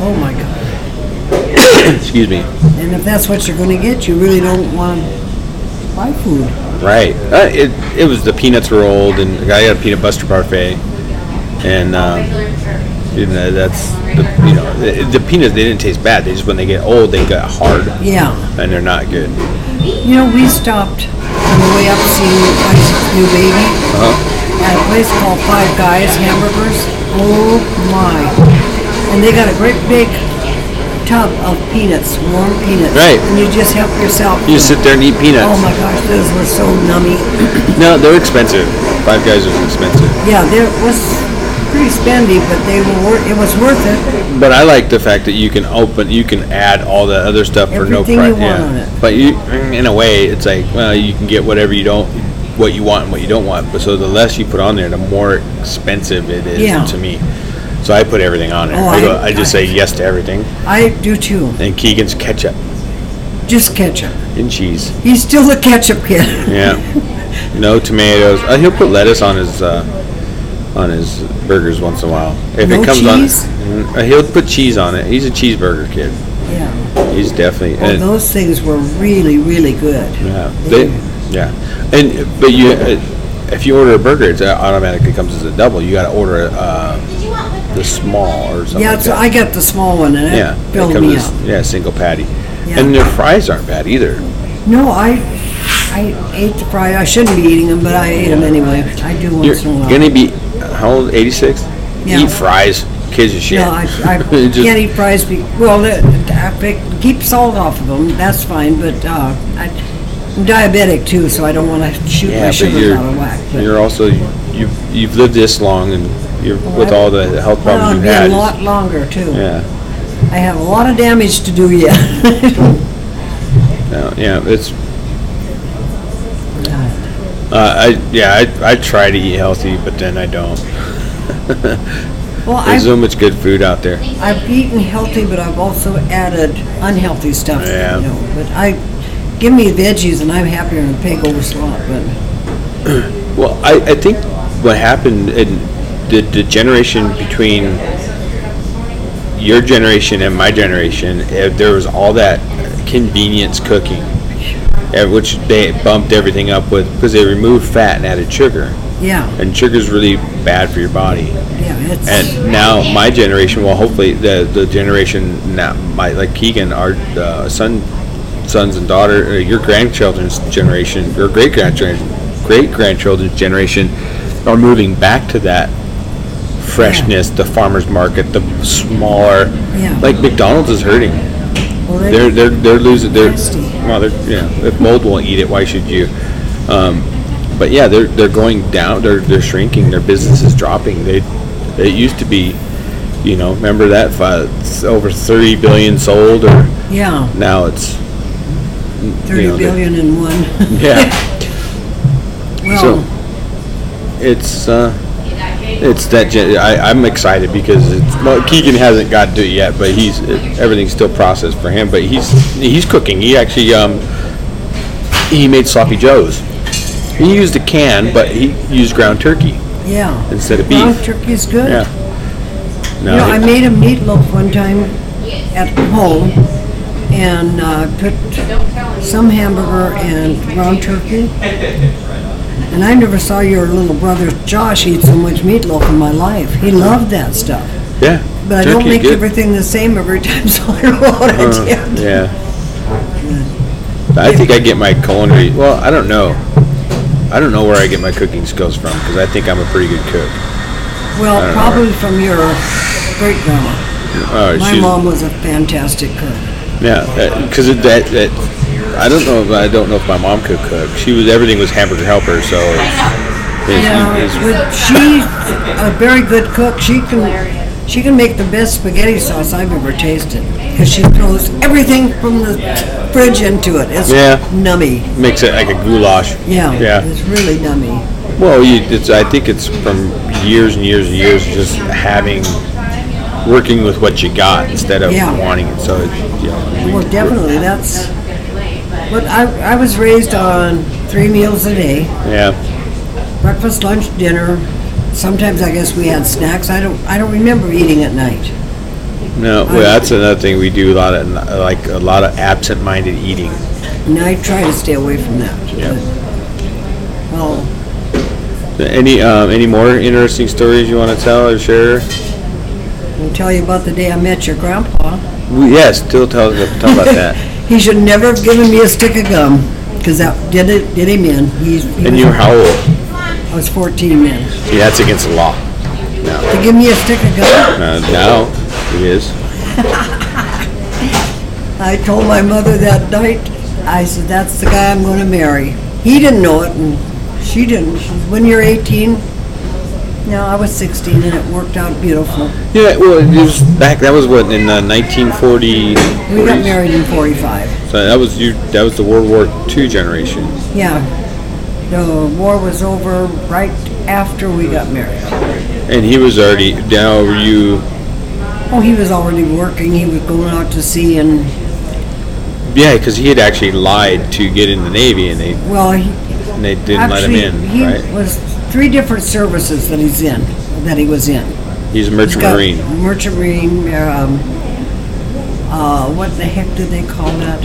Speaker 2: Oh my God.
Speaker 1: Excuse me.
Speaker 2: And if that's what you're gonna get, you really don't want to buy food.
Speaker 1: Right. Uh, it it was the peanuts were old, and the guy got a peanut butter parfait, and um, you know, that's the, you know the, the peanuts they didn't taste bad. They just when they get old they get hard
Speaker 2: Yeah.
Speaker 1: and they're not good.
Speaker 2: You know, we stopped on the way up seeing Isaac's new baby
Speaker 1: Uh-huh.
Speaker 2: at a place called Five Guys Hamburgers. Oh my. And they got a great big tub of peanuts, warm peanuts.
Speaker 1: Right.
Speaker 2: And you just help yourself.
Speaker 1: You just sit there and eat peanuts.
Speaker 2: Oh my gosh, those were so nummy.
Speaker 1: No, they're expensive. Five Guys was expensive,
Speaker 2: Yeah, there was pretty spendy, but they were, wor- it was worth it.
Speaker 1: but I like the fact that you can open, you can add all the other stuff for no
Speaker 2: Everything
Speaker 1: price.
Speaker 2: you want on it.
Speaker 1: But you, in a way, it's like well, you can get whatever you don't, what you want and what you don't want. But so the less you put on there, the more expensive it is
Speaker 2: Yeah.
Speaker 1: to me. So I put everything on there.
Speaker 2: Oh,
Speaker 1: I, go,
Speaker 2: I-
Speaker 1: I just say yes to everything.
Speaker 2: I do too.
Speaker 1: And Keegan's ketchup
Speaker 2: Just ketchup.
Speaker 1: and
Speaker 2: [laughs]
Speaker 1: cheese.
Speaker 2: He's still a ketchup kid.
Speaker 1: Yeah. no tomatoes. Uh, he'll put lettuce on his uh, on his burgers once in a while. If
Speaker 2: No
Speaker 1: it comes
Speaker 2: cheese?
Speaker 1: on, Mm, uh, he'll put cheese on it. He's a cheeseburger kid.
Speaker 2: Yeah.
Speaker 1: He's definitely.
Speaker 2: Oh,
Speaker 1: and-
Speaker 2: those things were really, really good.
Speaker 1: Yeah, they, yeah, and, but you, uh, if you order a burger, it automatically comes as a double, you gotta order, uh, the small or something
Speaker 2: Yeah,
Speaker 1: like
Speaker 2: so
Speaker 1: that.
Speaker 2: I got the small one and
Speaker 1: Oh Yeah,
Speaker 2: it
Speaker 1: it
Speaker 2: filled
Speaker 1: comes
Speaker 2: me
Speaker 1: as-
Speaker 2: up.
Speaker 1: Yeah, single patty,
Speaker 2: Yeah.
Speaker 1: and their fries aren't bad either,
Speaker 2: No, I, I ate the fry, I shouldn't be eating them, but I ate them anyway. I do
Speaker 1: you're
Speaker 2: once in a while.
Speaker 1: gonna be, how old, eighty-six?
Speaker 2: Yeah.
Speaker 1: Eat fries, kids your shit.
Speaker 2: No, I,
Speaker 1: [laughs]
Speaker 2: I
Speaker 1: It just-
Speaker 2: can't eat fries be, well, the- I pick- keep salt off of them, that's fine, but, uh, I- I'm diabetic too, so I don't wanna shoot
Speaker 1: Yeah,
Speaker 2: my
Speaker 1: but
Speaker 2: sugars
Speaker 1: you're-
Speaker 2: out of whack. but-
Speaker 1: You're also, you've, you've lived this long and you're, with all the health
Speaker 2: Well,
Speaker 1: problems
Speaker 2: I'd
Speaker 1: you've
Speaker 2: be
Speaker 1: had.
Speaker 2: a lot longer too.
Speaker 1: Yeah.
Speaker 2: I have a lot of damage to do yet. [laughs]
Speaker 1: Yeah, yeah, it's. Uh, I yeah, I, I try to eat healthy, but then I don't. [laughs]
Speaker 2: Well, I
Speaker 1: There's so much good food out there.
Speaker 2: I've eaten healthy, but I've also added unhealthy stuff. you
Speaker 1: Yeah.
Speaker 2: know, But I, give me veggies and I'm happier than a pig over slop, but,
Speaker 1: Well, I, I think what happened in the, the generation between your generation and my generation, eh, there was all that convenience cooking, eh, which they bumped everything up with because they removed fat and added sugar,
Speaker 2: yeah,
Speaker 1: and sugar's really bad for your body.
Speaker 2: yeah, it's,
Speaker 1: And now my generation, well, hopefully the the generation now, my like Keegan, our uh, son, sons and daughter, uh, your grandchildren's generation, your great grandchildren, great grandchildren's generation, are moving back to that freshness, the farmers market, the smaller,
Speaker 2: Yeah.
Speaker 1: like McDonald's is hurting.
Speaker 2: well,
Speaker 1: They're
Speaker 2: they-
Speaker 1: they're they're losing. They're
Speaker 2: Nasty.
Speaker 1: well, they're yeah. If mold won't eat it, why should you? Um, but yeah, they're they're going down. They're they're shrinking. Their business is dropping. They it used to be, you know, remember that fi- it's over thirty billion sold, or
Speaker 2: yeah,
Speaker 1: now it's [laughs] you
Speaker 2: thirty
Speaker 1: know, they-
Speaker 2: billion in one. [laughs]
Speaker 1: yeah. so
Speaker 2: Well,
Speaker 1: it's uh, it's that gen- I I'm excited because it's well, Keegan hasn't got to it yet, but he's everything's still processed for him. But he's he's cooking. He actually um he made sloppy joes. He used a can, but he used ground turkey
Speaker 2: yeah.
Speaker 1: instead of
Speaker 2: Ground
Speaker 1: beef.
Speaker 2: turkey's good.
Speaker 1: Yeah. No,
Speaker 2: You know, I
Speaker 1: he-
Speaker 2: made a meatloaf one time at home and uh, put some hamburger and ground turkey. And I never saw your little brother Josh eat so much meatloaf in my life. He loved that stuff.
Speaker 1: yeah.
Speaker 2: But I don't
Speaker 1: turkey's
Speaker 2: make
Speaker 1: good.
Speaker 2: everything the same every time, [laughs] so I don't know what
Speaker 1: Uh,
Speaker 2: I did.
Speaker 1: Yeah. I think I get my culinary. Well, I don't know. I I don't know where I get my cooking skills from because I think I'm a pretty good cook. don't
Speaker 2: Well,
Speaker 1: know.
Speaker 2: probably from your great grandma.
Speaker 1: Oh,
Speaker 2: My
Speaker 1: she's-
Speaker 2: mom was a fantastic cook.
Speaker 1: Yeah, because it that, that I don't know. If, I don't know if my mom could cook. She was everything was hamburger helper. So it's- it's-
Speaker 2: But she's a very good cook. She can, she can make the best spaghetti sauce I've ever tasted. Because she throws everything from the fridge into it. It's
Speaker 1: Yeah.
Speaker 2: nummy.
Speaker 1: makes it like a goulash.
Speaker 2: Yeah.
Speaker 1: Yeah.
Speaker 2: It's really nummy.
Speaker 1: Well, you, it's, I think it's from years and years and years of just having working with what you got instead of
Speaker 2: Yeah.
Speaker 1: wanting it. So it, you know, we-
Speaker 2: Well, definitely, that's, but I, I was raised on three meals a day.
Speaker 1: Yeah,
Speaker 2: breakfast, lunch, dinner. Sometimes I guess we had snacks. I don't, I don't remember eating at night.
Speaker 1: no. Well, that's another thing we do a lot of like a lot of absent-minded eating.
Speaker 2: And I try to stay away from that.
Speaker 1: Yeah.
Speaker 2: but- Well,
Speaker 1: Any um, any more interesting stories you want to tell or share?
Speaker 2: I'll tell you about the day I met your grandpa.
Speaker 1: We- Yes, still tell tell about that.
Speaker 2: He should never have given me a stick of gum, because that did it, did him in. He's, he
Speaker 1: And you were
Speaker 2: was,
Speaker 1: how old?
Speaker 2: I was fourteen then.
Speaker 1: See, that's against the law.
Speaker 2: To give me a stick of gum,
Speaker 1: Uh, now it is.
Speaker 2: I told my mother that night, I said, that's the guy I'm gonna marry. He didn't know it, and she didn't. She said, when you're eighteen, no, I was sixteen, and it worked out beautiful.
Speaker 1: Yeah, well, it was back. That was what in uh, the 1940.
Speaker 2: We got married in 45.
Speaker 1: So that was you. That was the World War II generation.
Speaker 2: Yeah. The war was over right after we got married.
Speaker 1: And he was already. Now were you?
Speaker 2: Oh, he was already working. He was going out to sea and,
Speaker 1: Yeah, because he had actually lied to get in the Navy, and they
Speaker 2: well, he
Speaker 1: and they didn't
Speaker 2: actually,
Speaker 1: let him in.
Speaker 2: he
Speaker 1: right?
Speaker 2: was three different services that he's in, that he was in.
Speaker 1: He's a
Speaker 2: He's
Speaker 1: merchant
Speaker 2: got
Speaker 1: marine.
Speaker 2: Merchant Marine, um, uh, what the heck do they call that?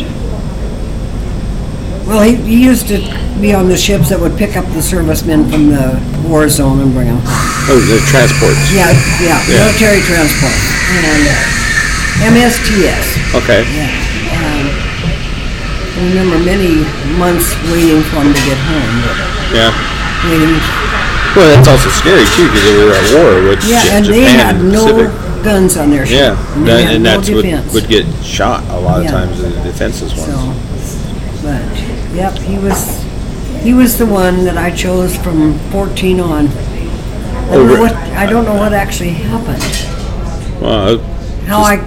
Speaker 2: Well, he, he used to be on the ships that would pick up the servicemen from the war zone and bring them home.
Speaker 1: Oh, the transports.
Speaker 2: Yeah, yeah,
Speaker 1: Yeah.
Speaker 2: military transport and uh, MSTS.
Speaker 1: Okay.
Speaker 2: Yeah. Um, I remember many months waiting for him to get home.
Speaker 1: Yeah.
Speaker 2: Waiting.
Speaker 1: Well, that's also scary too, because they were at war with
Speaker 2: Yeah,
Speaker 1: Ja-
Speaker 2: and
Speaker 1: Japan
Speaker 2: they had
Speaker 1: and the
Speaker 2: no
Speaker 1: Pacific.
Speaker 2: guns on their ship.
Speaker 1: Yeah,
Speaker 2: And they
Speaker 1: that-
Speaker 2: had
Speaker 1: and
Speaker 2: no
Speaker 1: that's what
Speaker 2: defense.
Speaker 1: would get shot a lot of
Speaker 2: Yeah.
Speaker 1: times in the defenseless ones.
Speaker 2: So, but yep, he was he was the one that I chose from 14 on. I don't know
Speaker 1: Over-
Speaker 2: what I don't know what actually happened.
Speaker 1: Well,
Speaker 2: How I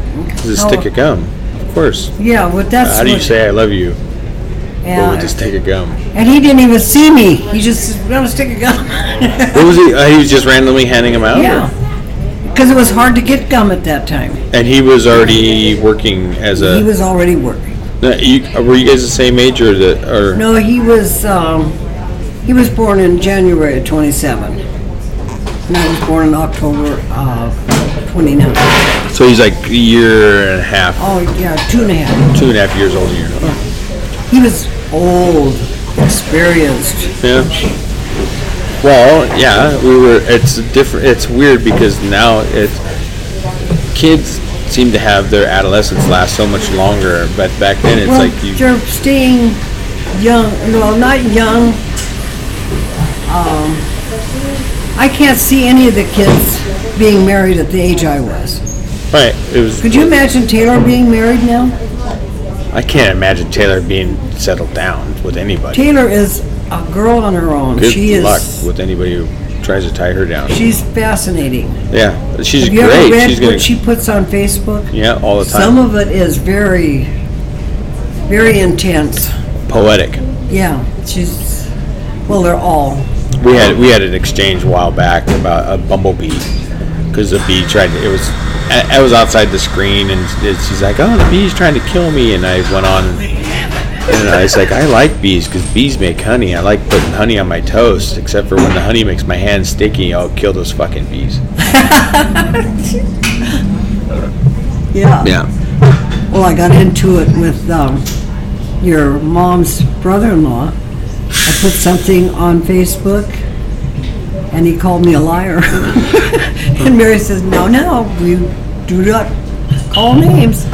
Speaker 1: just
Speaker 2: how-
Speaker 1: stick of gum, of course.
Speaker 2: yeah, well that's
Speaker 1: How do you
Speaker 2: what-
Speaker 1: say I love you? Well,
Speaker 2: yeah,
Speaker 1: with a stick of gum.
Speaker 2: And he didn't even see me. He just said, "Gonna stick a gum."
Speaker 1: What was he? Uh, he was just randomly handing them out. or-
Speaker 2: [laughs] yeah, because it was hard to get gum at that time.
Speaker 1: And he was already working as a.
Speaker 2: He was already working.
Speaker 1: No, you- uh, were you guys the same age or the or?
Speaker 2: No, he was. Um, he was born in January of '27, and I was born in October of '29.
Speaker 1: So he's like a year and a half,
Speaker 2: Oh yeah, two and a half.
Speaker 1: two and a half years older than you.
Speaker 2: He was old, experienced.
Speaker 1: Yeah. Well, yeah, we were. It's different. It's weird because now it's kids seem to have their adolescence last so much longer, but back then it's
Speaker 2: well,
Speaker 1: like you.
Speaker 2: you're staying young. Well, not young. Um, I can't see any of the kids being married at the age I was.
Speaker 1: Right. It was.
Speaker 2: Could you imagine Taylor being married now?
Speaker 1: I can't imagine Taylor being settled down with anybody.
Speaker 2: Taylor is a girl on her own.
Speaker 1: Good
Speaker 2: she
Speaker 1: luck
Speaker 2: is.
Speaker 1: with anybody who tries to tie her down.
Speaker 2: She's fascinating.
Speaker 1: yeah, she's
Speaker 2: Have you
Speaker 1: great.
Speaker 2: ever read
Speaker 1: she's
Speaker 2: what
Speaker 1: gonna.
Speaker 2: she puts on Facebook?
Speaker 1: yeah, all the
Speaker 2: Some
Speaker 1: time.
Speaker 2: of it is very, very intense.
Speaker 1: Poetic.
Speaker 2: Yeah, she's. Well, they're all.
Speaker 1: We had we had an exchange a while back about a bumblebee because the bee tried. To, it was I, I was outside the screen and it- she's like, "Oh, the bee's trying to kill me," and I went on. And I was like, I like bees because bees make honey. I like putting honey on my toast, except for when the honey makes my hands sticky. I'll kill those fucking bees.
Speaker 2: Yeah.
Speaker 1: Yeah.
Speaker 2: Well, I got into it with um, your mom's brother-in-law. I put something on Facebook, and he called me a liar. [laughs] and Mary says, "No, no, you do not call names."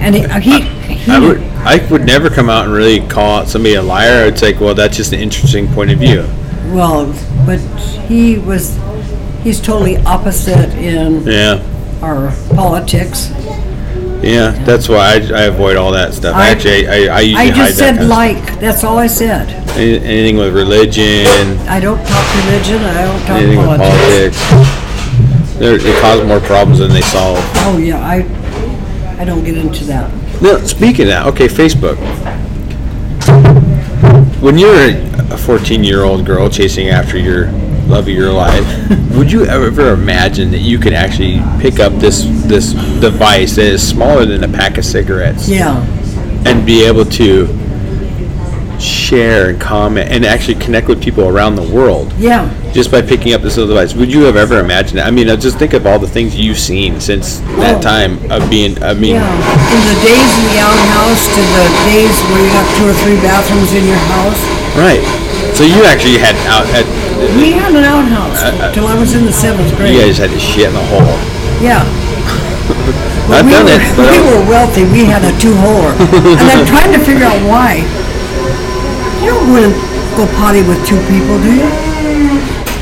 Speaker 2: And he, he, he
Speaker 1: I would, I would never come out and really call out somebody a liar. It's like, well, that's just an interesting point of view.
Speaker 2: Well, but he was, he's totally opposite in
Speaker 1: Yeah,
Speaker 2: our politics.
Speaker 1: yeah. That's why I, I avoid all that stuff.
Speaker 2: I-
Speaker 1: Actually, I, I usually
Speaker 2: I
Speaker 1: hide
Speaker 2: just
Speaker 1: that kind
Speaker 2: said
Speaker 1: of stuff.
Speaker 2: like, that's all I said.
Speaker 1: Any- Anything with religion,
Speaker 2: I don't talk religion, I don't
Speaker 1: anything
Speaker 2: talk
Speaker 1: with
Speaker 2: politics.
Speaker 1: politics. They're, they cause more problems than they solve.
Speaker 2: Oh, yeah, I, I don't get into that.
Speaker 1: No, speaking of that, okay, Facebook. When you're a 14 year old girl chasing after your love of your
Speaker 2: [laughs]
Speaker 1: life, would you ever imagine that you could actually pick up this this device that is smaller than a pack of cigarettes
Speaker 2: Yeah,
Speaker 1: and be able to share and comment and actually connect with people around the world
Speaker 2: yeah.
Speaker 1: just by picking up this little device? Would you have ever imagined that? I mean, I just think of all the things you've seen since
Speaker 2: Oh.
Speaker 1: that time of being, I mean,
Speaker 2: Yeah, from the days in the outhouse to the days where you have two or three bathrooms in your house.
Speaker 1: Right. So you actually had out had
Speaker 2: We had an outhouse till I was in the seventh
Speaker 1: you
Speaker 2: grade.
Speaker 1: guys had to shit in a hole.
Speaker 2: Yeah.
Speaker 1: I've
Speaker 2: But we
Speaker 1: done
Speaker 2: were,
Speaker 1: it, but-
Speaker 2: [laughs] we were wealthy, we had a two-holer. And I'm trying to figure out why. You don't want to go potty with two people, do you?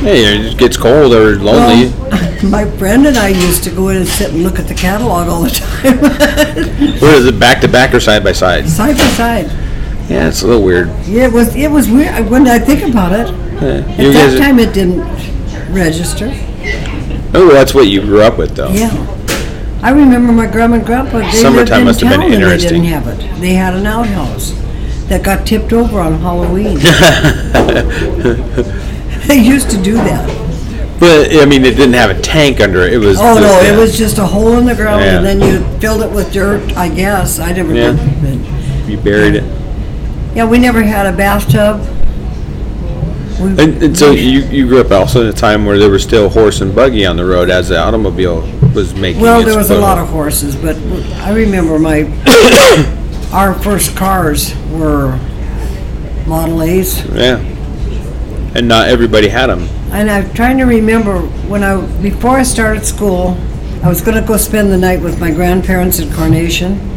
Speaker 1: Hey, it gets cold or lonely.
Speaker 2: Well, [laughs] My friend and I used to go in and sit and look at the catalog all the [laughs] time,
Speaker 1: What is it, back to back or side by side?
Speaker 2: side by side.
Speaker 1: Yeah, it's a little weird.
Speaker 2: Yeah, it was, it was weird, when I think about it,
Speaker 1: Eh,
Speaker 2: at
Speaker 1: You
Speaker 2: that
Speaker 1: guys,
Speaker 2: time it didn't register.
Speaker 1: oh, that's what you grew up with, though.
Speaker 2: Yeah. I remember my grandma and grandpa, they lived
Speaker 1: Summertime
Speaker 2: in
Speaker 1: must have been
Speaker 2: town and they
Speaker 1: interesting.
Speaker 2: didn't have it. They had an outhouse that got tipped over
Speaker 1: [laughs]
Speaker 2: on Halloween. They used to do that.
Speaker 1: [laughs] but I mean, it didn't have a tank under it. It was.
Speaker 2: Oh, no,
Speaker 1: yeah.
Speaker 2: it was just a hole in the ground and
Speaker 1: Yeah.
Speaker 2: then you filled it with dirt, I guess. I never
Speaker 1: Yeah.
Speaker 2: did. but-
Speaker 1: You buried it,
Speaker 2: Yeah, we never had a bathtub. We-
Speaker 1: and, and so you you grew up also in a time where there was still horse and buggy on the road as the automobile was making.
Speaker 2: Well,
Speaker 1: its
Speaker 2: there was a lot
Speaker 1: boom.
Speaker 2: of horses, but I remember my, [coughs] our first cars were Model A's.
Speaker 1: Yeah, and not everybody had them.
Speaker 2: And I'm trying to remember when I, before I started school, I was gonna go spend the night with my grandparents at Carnation.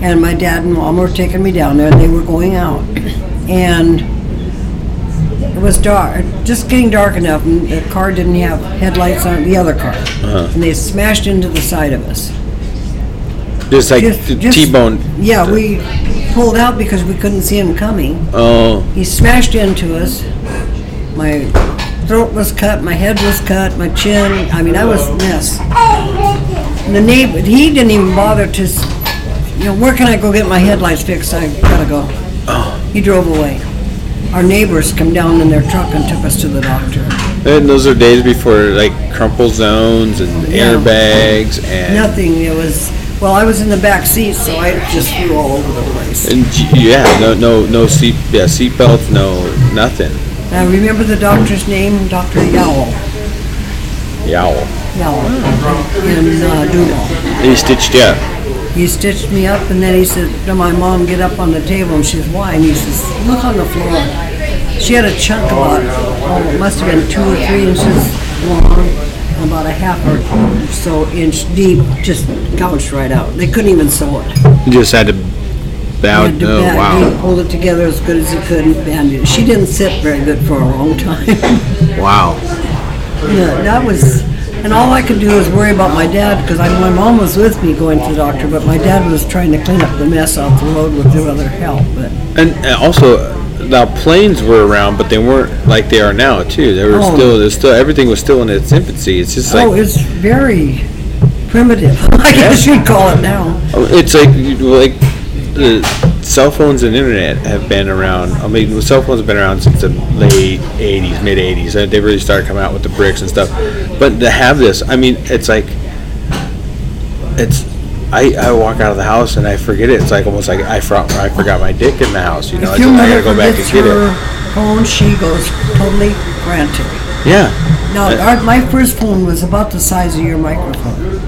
Speaker 2: And my dad and mom were taking me down there and they were going out. And it was dark, just getting dark enough and the car didn't have headlights on, the other car.
Speaker 1: Uh-huh.
Speaker 2: And they smashed into the side of us.
Speaker 1: Just like
Speaker 2: Just-
Speaker 1: t-
Speaker 2: just-
Speaker 1: T-bone.
Speaker 2: Yeah, we pulled out because we couldn't see him coming.
Speaker 1: Oh.
Speaker 2: He smashed into us. My throat was cut, my head was cut, my chin, I mean, I was a mess. And The neighbor, he didn't even bother to, s- you know, where can I go get my headlights fixed? I gotta go. He drove away. Our neighbors come down in their truck and took us to the doctor.
Speaker 1: And those are days before like crumple zones and
Speaker 2: Yeah.
Speaker 1: airbags and
Speaker 2: Nothing, it was, well, I was in the back seat, so I just flew all over the place.
Speaker 1: and g- yeah, no no no seat yeah seatbelts no nothing.
Speaker 2: And I remember the doctor's name, Dr. Yowl,
Speaker 1: Yowl.
Speaker 2: Yowl, in uh, Duval.
Speaker 1: He stitched you up.
Speaker 2: He stitched me up and then he said to my mom, get up on the table. And she says, why? And he says, look on the floor. She had a chunk about, oh, it must have been two or three inches long, about a half or so inch deep, just gouged right out. They couldn't even sew it.
Speaker 1: You just had to bow.
Speaker 2: Had to
Speaker 1: oh
Speaker 2: ba-
Speaker 1: wow
Speaker 2: he Hold it together as good as he could and band it. She didn't sit very good for a long [laughs] time.
Speaker 1: wow.
Speaker 2: Yeah, that was, and all I could do was worry about my dad because my mom was with me going to the doctor, but my dad was trying to clean up the mess off the road with the other help. But
Speaker 1: And, and also now planes were around, but they weren't like they are now too. They were
Speaker 2: Oh.
Speaker 1: still there's still everything was still in its infancy. It's just like
Speaker 2: oh, it's very primitive. [laughs] I guess you'd call it now.
Speaker 1: It's like like the cell phones and internet have been around. I mean, the cell phones have been around since the late '80s, mid '80s. Uh, They really started coming out with the bricks and stuff. But to have this, I mean, it's like it's. I, I walk out of the house and I forget it. It's like almost like I forgot I forgot my dick in the house. You know,
Speaker 2: If
Speaker 1: it's
Speaker 2: your
Speaker 1: like, I
Speaker 2: mother
Speaker 1: gotta go back and
Speaker 2: forgets
Speaker 1: get
Speaker 2: her
Speaker 1: it.
Speaker 2: phone, she goes totally frantic.
Speaker 1: Yeah,
Speaker 2: Now, our, my first phone was about the size of your microphone.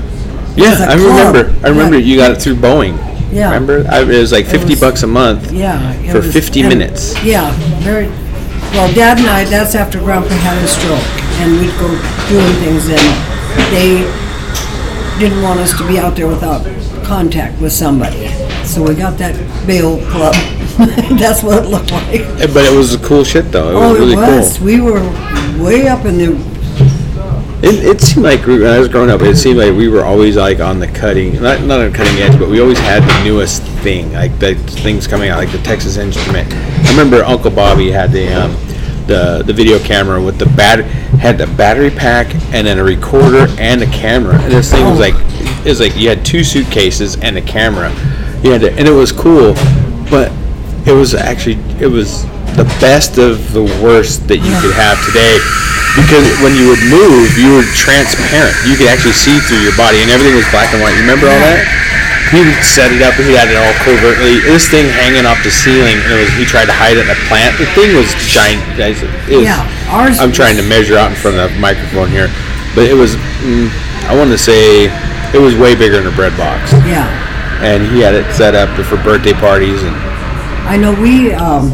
Speaker 1: yeah.
Speaker 2: was a
Speaker 1: I
Speaker 2: club.
Speaker 1: remember. I remember
Speaker 2: Yeah.
Speaker 1: you got it through Boeing.
Speaker 2: Yeah.
Speaker 1: Remember, I, it was like fifty
Speaker 2: was-
Speaker 1: bucks a month.
Speaker 2: Yeah. it
Speaker 1: For
Speaker 2: was-
Speaker 1: 50
Speaker 2: and-
Speaker 1: minutes.
Speaker 2: Yeah, very, well, Dad and I, that's after Grandpa had a stroke, and we'd go doing things, and they didn't want us to be out there without contact with somebody. So we got that bail club. [laughs] That's what it looked like.
Speaker 1: Eh, But it was cool shit though. It
Speaker 2: Oh,
Speaker 1: was really
Speaker 2: it was.
Speaker 1: cool.
Speaker 2: We were way up in the,
Speaker 1: It, it seemed like we- when I was growing up, it seemed like we were always like on the cutting, not not on the cutting edge, but we always had the newest thing, like the things coming out, like the Texas Instrument. I remember Uncle Bobby had the um, the the video camera with the bat had the battery pack and then a recorder and a camera. And this thing was like it was like you had two suitcases and a camera. You had to, and it was cool, but it was actually it was the best of the worst that you could have today because when you would move you were transparent you could actually see through your body and everything was black and white you remember all that he would set it up and he had it all covertly this thing hanging off the ceiling and it was he tried to hide it in a plant the thing was giant it was,
Speaker 2: Yeah, ours
Speaker 1: i'm trying to
Speaker 2: was-
Speaker 1: measure out in front of the microphone here but it was mm, i want to say it was way bigger than a bread box
Speaker 2: yeah.
Speaker 1: and he had it set up for birthday parties and
Speaker 2: I know we, um,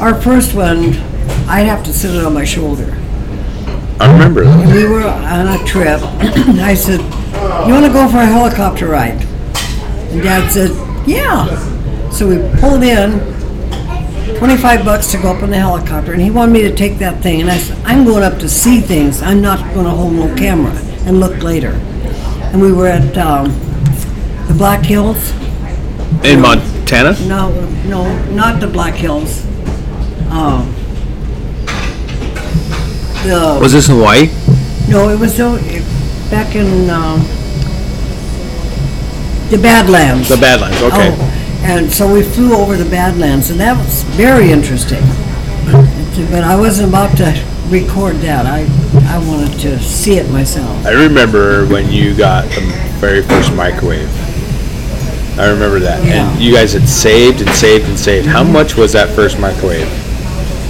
Speaker 2: our first one, I'd have to sit it on my shoulder.
Speaker 1: i remember that
Speaker 2: We were on a trip, [clears throat] and I said, "You want to go for a helicopter ride?" And Dad said, "Yeah." So we pulled in, twenty-five bucks to go up in the helicopter, and he wanted me to take that thing, and I said, "I'm going up to see things. I'm not going to hold no camera and look later." And we were at um, the Black Hills.
Speaker 1: In Montana?
Speaker 2: No, no, not the Black Hills. Um, the
Speaker 1: Was this in Hawaii?
Speaker 2: no, it was so- back in um, the Badlands.
Speaker 1: The Badlands, okay.
Speaker 2: Oh, and so we flew over the Badlands, and that was very interesting. But I wasn't about to record that. I I wanted to see it myself.
Speaker 1: I remember when you got the very first microwave. I remember that.
Speaker 2: Yeah.
Speaker 1: And you guys had saved and saved and saved. How much was that first microwave?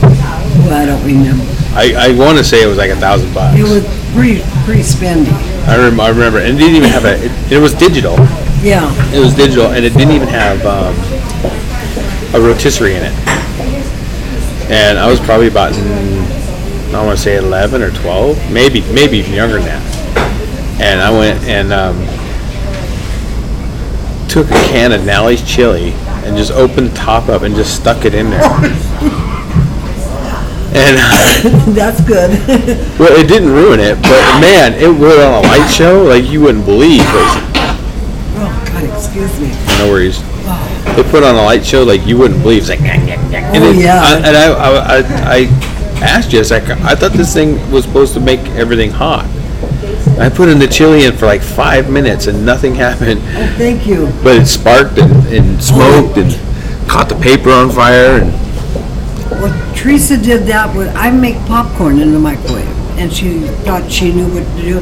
Speaker 2: Well, I don't remember.
Speaker 1: I, I want to say it was like a thousand bucks.
Speaker 2: It was pretty pretty spendy.
Speaker 1: I, rem- I remember. And it didn't even have a, it, it was digital.
Speaker 2: Yeah. [laughs]
Speaker 1: It was digital and it didn't even have um, a rotisserie in it. And I was probably about, mm, I want to say 11 or 12, maybe, maybe even younger than that. And I went and um, took a can of Nally's chili and just opened the top up and just stuck it in there. and [laughs]
Speaker 2: That's good. [laughs]
Speaker 1: well, it didn't ruin it, but man, it went on a light show like you wouldn't believe. It was-
Speaker 2: oh God, excuse me.
Speaker 1: no worries. They put on a light show like you wouldn't believe. It's like, nyah, nyah, nyah. and
Speaker 2: Oh,
Speaker 1: it-
Speaker 2: yeah.
Speaker 1: I, and I, I, I, I asked you, I was like, I thought this thing was supposed to make everything hot. I put in the chili in for like five minutes and nothing [laughs] happened,
Speaker 2: Oh, Thank you.
Speaker 1: but it sparked and, and smoked and caught the paper on fire. And
Speaker 2: Well, Teresa did that with, I make popcorn in the microwave, and she thought she knew what to do.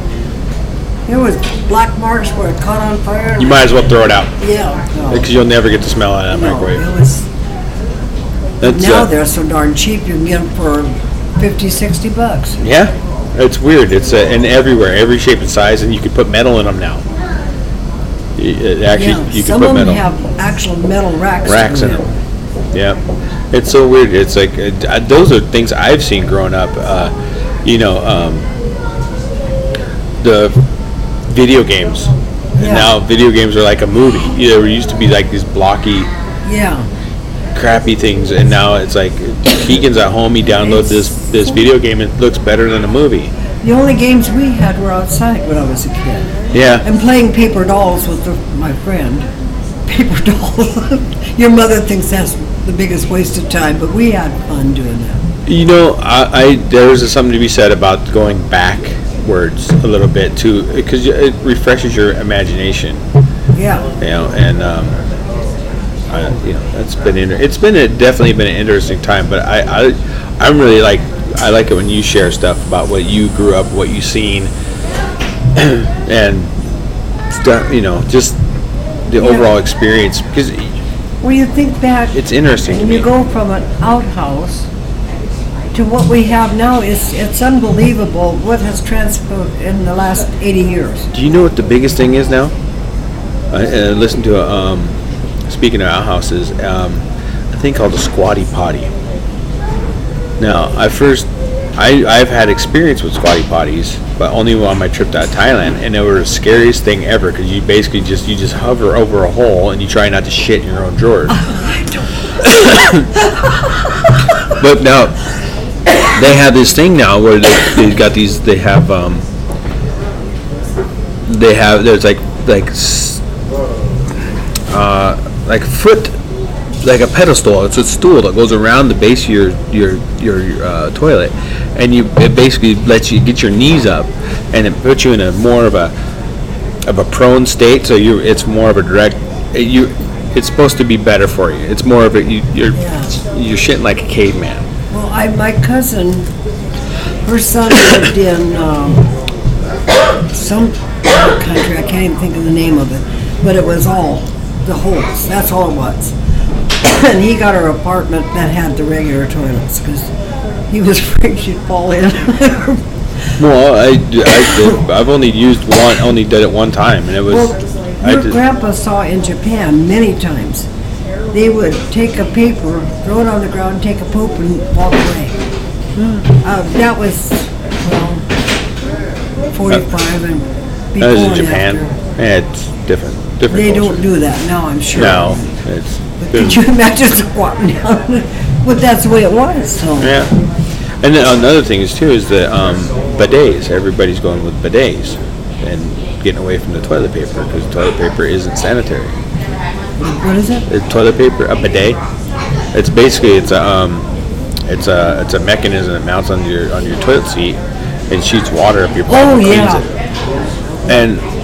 Speaker 2: There was black marks where it caught on fire.
Speaker 1: you might as well throw it out
Speaker 2: Yeah. no,
Speaker 1: because you'll never get the smell out of that
Speaker 2: no,
Speaker 1: microwave.
Speaker 2: it was-
Speaker 1: That's,
Speaker 2: Now
Speaker 1: uh,
Speaker 2: they're so darn cheap, you can get them for fifty, sixty bucks.
Speaker 1: Yeah, it's weird. It's uh, in everywhere, every shape and size, and you can put metal in them now. Y- It actually,
Speaker 2: Yeah,
Speaker 1: you can put metal.
Speaker 2: Some of them have actual metal racks.
Speaker 1: racks in them. Yeah, it's so weird. It's like uh, d- uh, those are things I've seen growing up. Uh, you know, um, the video games.
Speaker 2: Yeah.
Speaker 1: And now video games are like a movie. You know, it used to be like these blocky,
Speaker 2: Yeah,
Speaker 1: crappy things, and now it's like Keegan's at home. He downloads this this video game. It looks better than a movie.
Speaker 2: the only games we had were outside when I was a kid.
Speaker 1: Yeah,
Speaker 2: And playing paper dolls with the, my friend. Paper [laughs] dolls. Your mother thinks that's the biggest waste of time, but we had fun doing that.
Speaker 1: you know, I, I there's something to be said about going backwards a little bit too, because it refreshes your imagination.
Speaker 2: Yeah.
Speaker 1: you know, and um, I, you know, that's been inter- it's been a, definitely been an interesting time. But I, I, I'm really like I like it when you share stuff about what you grew up, what you seen, [clears throat] and stuff. You know, just the overall experience because
Speaker 2: Well, you think back,
Speaker 1: it's interesting to
Speaker 2: when you
Speaker 1: me.
Speaker 2: go from an outhouse to what we have now, it's, it's unbelievable what has transformed in the last 80 years.
Speaker 1: Do you know what the biggest thing is now? I, uh listened to a, um, speaking of outhouses, um, a thing called a squatty potty. Now, I first, I, I've had experience with squatty potties, but only on my trip to Thailand, and it was the scariest thing ever because you basically just you just hover over a hole and you try not to shit in your own drawers. but now they have this thing now where they, they've got these. They have um, they have there's like like s- uh, like foot like a pedestal. It's a stool that goes around the base of your your your uh, toilet, and you it basically lets you get your knees up, and it puts you in a more of a of a prone state. So you it's more of a direct it- you. It's supposed to be better for you. It's more of a you, you're
Speaker 2: Yeah.
Speaker 1: you're shitting like a caveman.
Speaker 2: Well, I, my cousin, her son lived in, um, some country, I can't even think of the name of it, but it was all, the holes, that's all it was. And he got her apartment that had the regular toilets, because he was [laughs] afraid she'd fall in.
Speaker 1: Well, I, I have only used one, only did it one time, and it was.
Speaker 2: Well,
Speaker 1: I
Speaker 2: your
Speaker 1: just,
Speaker 2: grandpa saw in Japan many times, they would take a paper, throw it on the ground, take a poop and walk away. Uh, that was, well, forty-five and before
Speaker 1: that was in
Speaker 2: and
Speaker 1: Japan.
Speaker 2: after.
Speaker 1: Yeah, it's different, different.
Speaker 2: They
Speaker 1: culture.
Speaker 2: don't do that now, I'm sure.
Speaker 1: No, it's.
Speaker 2: But
Speaker 1: there's-
Speaker 2: could you [laughs] imagine squatting down? But that's the way it was, so.
Speaker 1: Yeah. And then another thing is too is the um, bidets. Everybody's going with bidets and getting away from the toilet paper because toilet paper isn't sanitary.
Speaker 2: What is it?
Speaker 1: Is toilet paper a bidet? It's basically it's a um, it's a it's a mechanism that mounts on your on your toilet seat and shoots water up your pipe
Speaker 2: Oh,
Speaker 1: and cleans
Speaker 2: yeah.
Speaker 1: it. And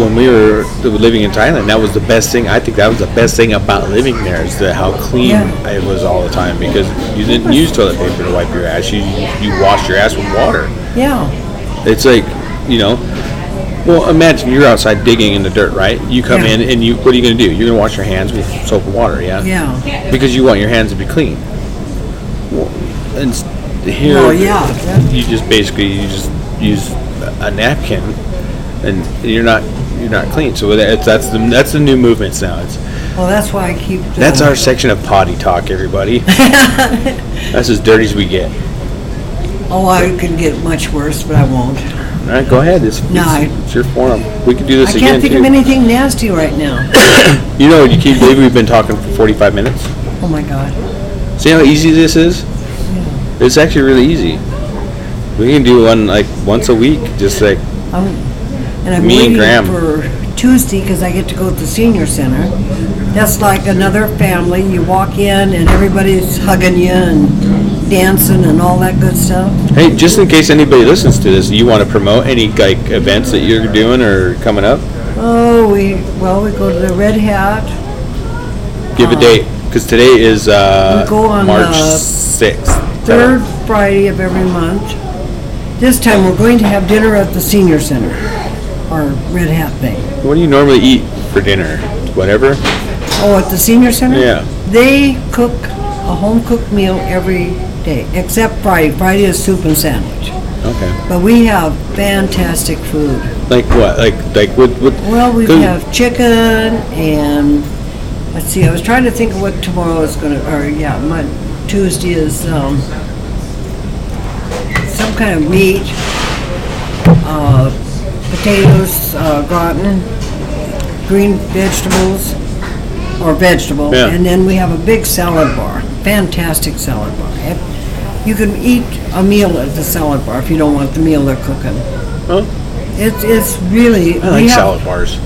Speaker 1: when we were living in Thailand, that was the best thing. I think that was the best thing about living there is that how clean
Speaker 2: Yeah.
Speaker 1: it was all the time because you didn't use toilet paper to wipe your ass. You you washed your ass with water.
Speaker 2: Yeah,
Speaker 1: It's like, you know, well, imagine you're outside digging in the dirt, right? You come
Speaker 2: Yeah.
Speaker 1: in and you, what are you going to do? You're going to wash your hands with soap and water, yeah?
Speaker 2: yeah.
Speaker 1: Because you want your hands to be clean. Well, and s- here,
Speaker 2: Well, yeah, that-
Speaker 1: you just basically you just use a napkin, and you're not you're not clean. So that's that's the that's the new movements now. It's
Speaker 2: Well, that's why I keep. the-
Speaker 1: that's our section of potty talk,
Speaker 2: [laughs]
Speaker 1: everybody. that's as dirty as we get.
Speaker 2: Oh, I could get much worse, but I won't.
Speaker 1: All right, go ahead. It's,
Speaker 2: No, I-
Speaker 1: it's, it's your forum. We can do this
Speaker 2: I
Speaker 1: again
Speaker 2: can't think
Speaker 1: too.
Speaker 2: of anything nasty right now.
Speaker 1: You know, you can't believe we've been talking for 45 minutes.
Speaker 2: Oh my God.
Speaker 1: See how easy this is? It's actually really easy. We can do one like once a week, just like
Speaker 2: I'm, and I'm
Speaker 1: Me and
Speaker 2: waiting
Speaker 1: Graham.
Speaker 2: for Tuesday because I get to go to the senior center. That's like another family. You walk in and everybody's hugging you and dancing and all that good stuff.
Speaker 1: Hey, just in case anybody listens to this, you want to promote any like events that you're doing or coming up?
Speaker 2: Oh, we well, we go to the Red Hat.
Speaker 1: Give a date because today is uh,
Speaker 2: Um, We go on
Speaker 1: March
Speaker 2: the
Speaker 1: sixth.
Speaker 2: third Friday of every month. This time we're going to have dinner at the senior center, our Red Hat thing.
Speaker 1: What do you normally eat for dinner? Whatever.
Speaker 2: Oh, at the senior center?
Speaker 1: Yeah.
Speaker 2: They cook a home cooked meal every day, except Friday. Friday is soup and sandwich.
Speaker 1: Okay.
Speaker 2: But we have fantastic food.
Speaker 1: Like what? Like like what? what
Speaker 2: Well, we
Speaker 1: Good.
Speaker 2: have chicken and, let's see, I was trying to think of what tomorrow is gonna, or yeah, my, Tuesday is, um, some kind of meat, uh, potatoes, uh, gratin, green vegetables, or vegetable.
Speaker 1: Yeah.
Speaker 2: And then we have a big salad bar, fantastic salad bar. If- You can eat a meal at the salad bar if you don't want the meal they're cooking.
Speaker 1: Huh?
Speaker 2: It's, it's really.
Speaker 1: I
Speaker 2: we
Speaker 1: like
Speaker 2: have-
Speaker 1: salad bars.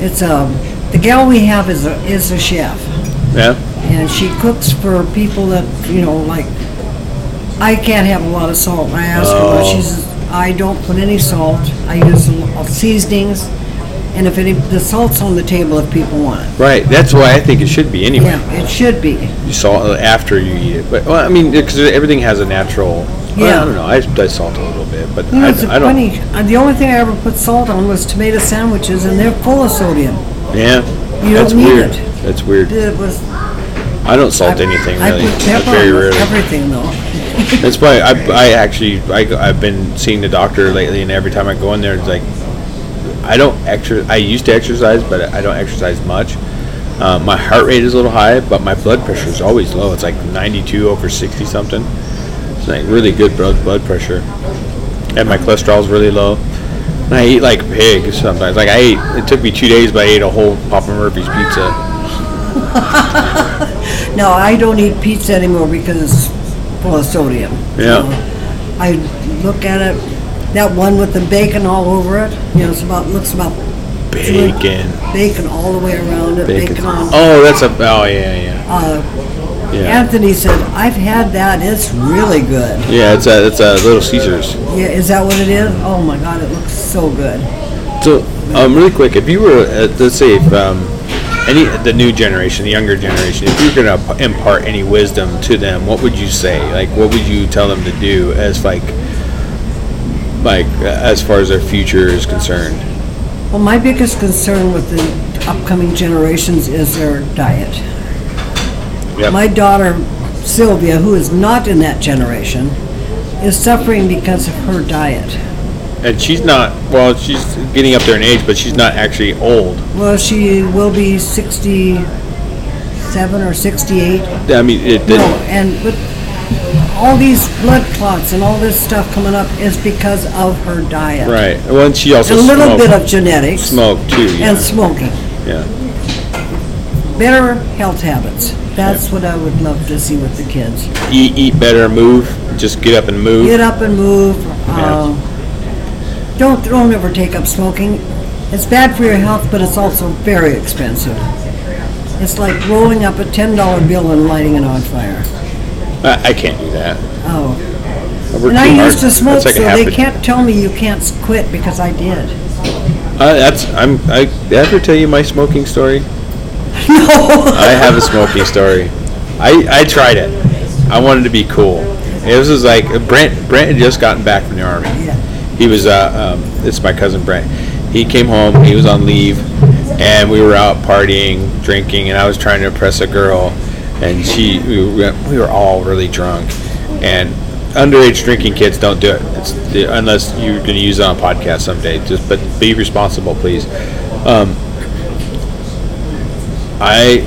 Speaker 2: It's, um, the gal we have is a, is a chef,
Speaker 1: Yeah.
Speaker 2: and she cooks for people that, you know, like, I can't have a lot of salt, and I ask her, well,
Speaker 1: Oh.
Speaker 2: she says, I don't put any salt, I use a lo- seasonings, and if any, the salt's on the table if people want it.
Speaker 1: Right. That's why I think it should be anyway.
Speaker 2: Yeah, it should be.
Speaker 1: You salt it after you eat it, but well, I mean, because everything has a natural. Well,
Speaker 2: Yeah.
Speaker 1: I don't know. I, I salt a little bit, but
Speaker 2: You know,
Speaker 1: I,
Speaker 2: it's
Speaker 1: I don't.
Speaker 2: funny, uh, the only thing I ever put salt on was tomato sandwiches, and they're full of sodium.
Speaker 1: Yeah.
Speaker 2: You don't
Speaker 1: That's
Speaker 2: need
Speaker 1: weird.
Speaker 2: it.
Speaker 1: That's weird.
Speaker 2: It was.
Speaker 1: I don't salt anything
Speaker 2: I
Speaker 1: really.
Speaker 2: put
Speaker 1: That's
Speaker 2: pepper
Speaker 1: very
Speaker 2: on
Speaker 1: rare.
Speaker 2: everything, though.
Speaker 1: That's why I, I actually I, go- I've been seeing the doctor lately, and every time I go in there, it's like I don't exercise. I used to exercise, but I don't exercise much. Uh, my heart rate is a little high, but my blood pressure is always low. It's like 92 over 60 something. It's like really good blood blood pressure. and my cholesterol's really low. And I eat like pig sometimes. Like I ate, it took me two days, but I ate a whole Papa Murphy's pizza.
Speaker 2: No, I don't eat pizza anymore because it's full of sodium.
Speaker 1: Yeah.
Speaker 2: I look at it, that one with the bacon all over it, you know, it's about, looks about.
Speaker 1: Bacon.
Speaker 2: Bacon all the way around it, bacon on.
Speaker 1: Oh, that's a. Oh yeah,
Speaker 2: Uh,
Speaker 1: yeah, yeah.
Speaker 2: Anthony said, I've had that, it's really good.
Speaker 1: Yeah, it's a it's a Little Caesars.
Speaker 2: Yeah, is that what it is? Oh my God, it looks so good.
Speaker 1: So, um, really quick, if you were, uh, let's say, if um, any the new generation, the younger generation, if you're going to impart any wisdom to them, what would you say? Like, what would you tell them to do as like, like uh, as far as their future is concerned?
Speaker 2: Well, my biggest concern with the upcoming generations is their diet.
Speaker 1: Yep.
Speaker 2: My daughter Sylvia, who is not in that generation, is suffering because of her diet.
Speaker 1: And she's not. Well, she's getting up there in age, but she's not actually old.
Speaker 2: Well, she will be 67 or 68.
Speaker 1: I mean, it.
Speaker 2: No,
Speaker 1: didn't
Speaker 2: and with all these blood clots and all this stuff coming up is because of her diet.
Speaker 1: Right. Well, and she also
Speaker 2: A little
Speaker 1: smoked,
Speaker 2: bit of genetics
Speaker 1: smoke too. Yeah.
Speaker 2: and smoking.
Speaker 1: yeah.
Speaker 2: Better health habits. That's what I would love to see with the kids.
Speaker 1: Eat, eat better, move. Just get up and move.
Speaker 2: Get up and move. uh, Don't, don't ever take up smoking. It's bad for your health, but it's also very expensive. It's like rolling up a $10 bill and lighting it on fire.
Speaker 1: I, I can't do that.
Speaker 2: Oh,
Speaker 1: I work
Speaker 2: and
Speaker 1: too
Speaker 2: I
Speaker 1: hard.
Speaker 2: used to smoke,
Speaker 1: That's like
Speaker 2: so
Speaker 1: a half
Speaker 2: they
Speaker 1: a-
Speaker 2: can't tell me you can't s- quit because I did. [laughs]
Speaker 1: Uh, that's I'm. I did I ever tell you my smoking story?
Speaker 2: No.
Speaker 1: I have a smoking story. I I tried it. I wanted to be cool. It was just like Brent. Brent had just gotten back from the army.
Speaker 2: Yeah.
Speaker 1: He was uh um, it's my cousin Brent. He came home. He was on leave, and we were out partying, drinking, and I was trying to impress a girl, and she we were, we were all really drunk, and underage drinking kids don't do it it's the, unless you're going to use it on a podcast someday. Just but be responsible, please. Um, I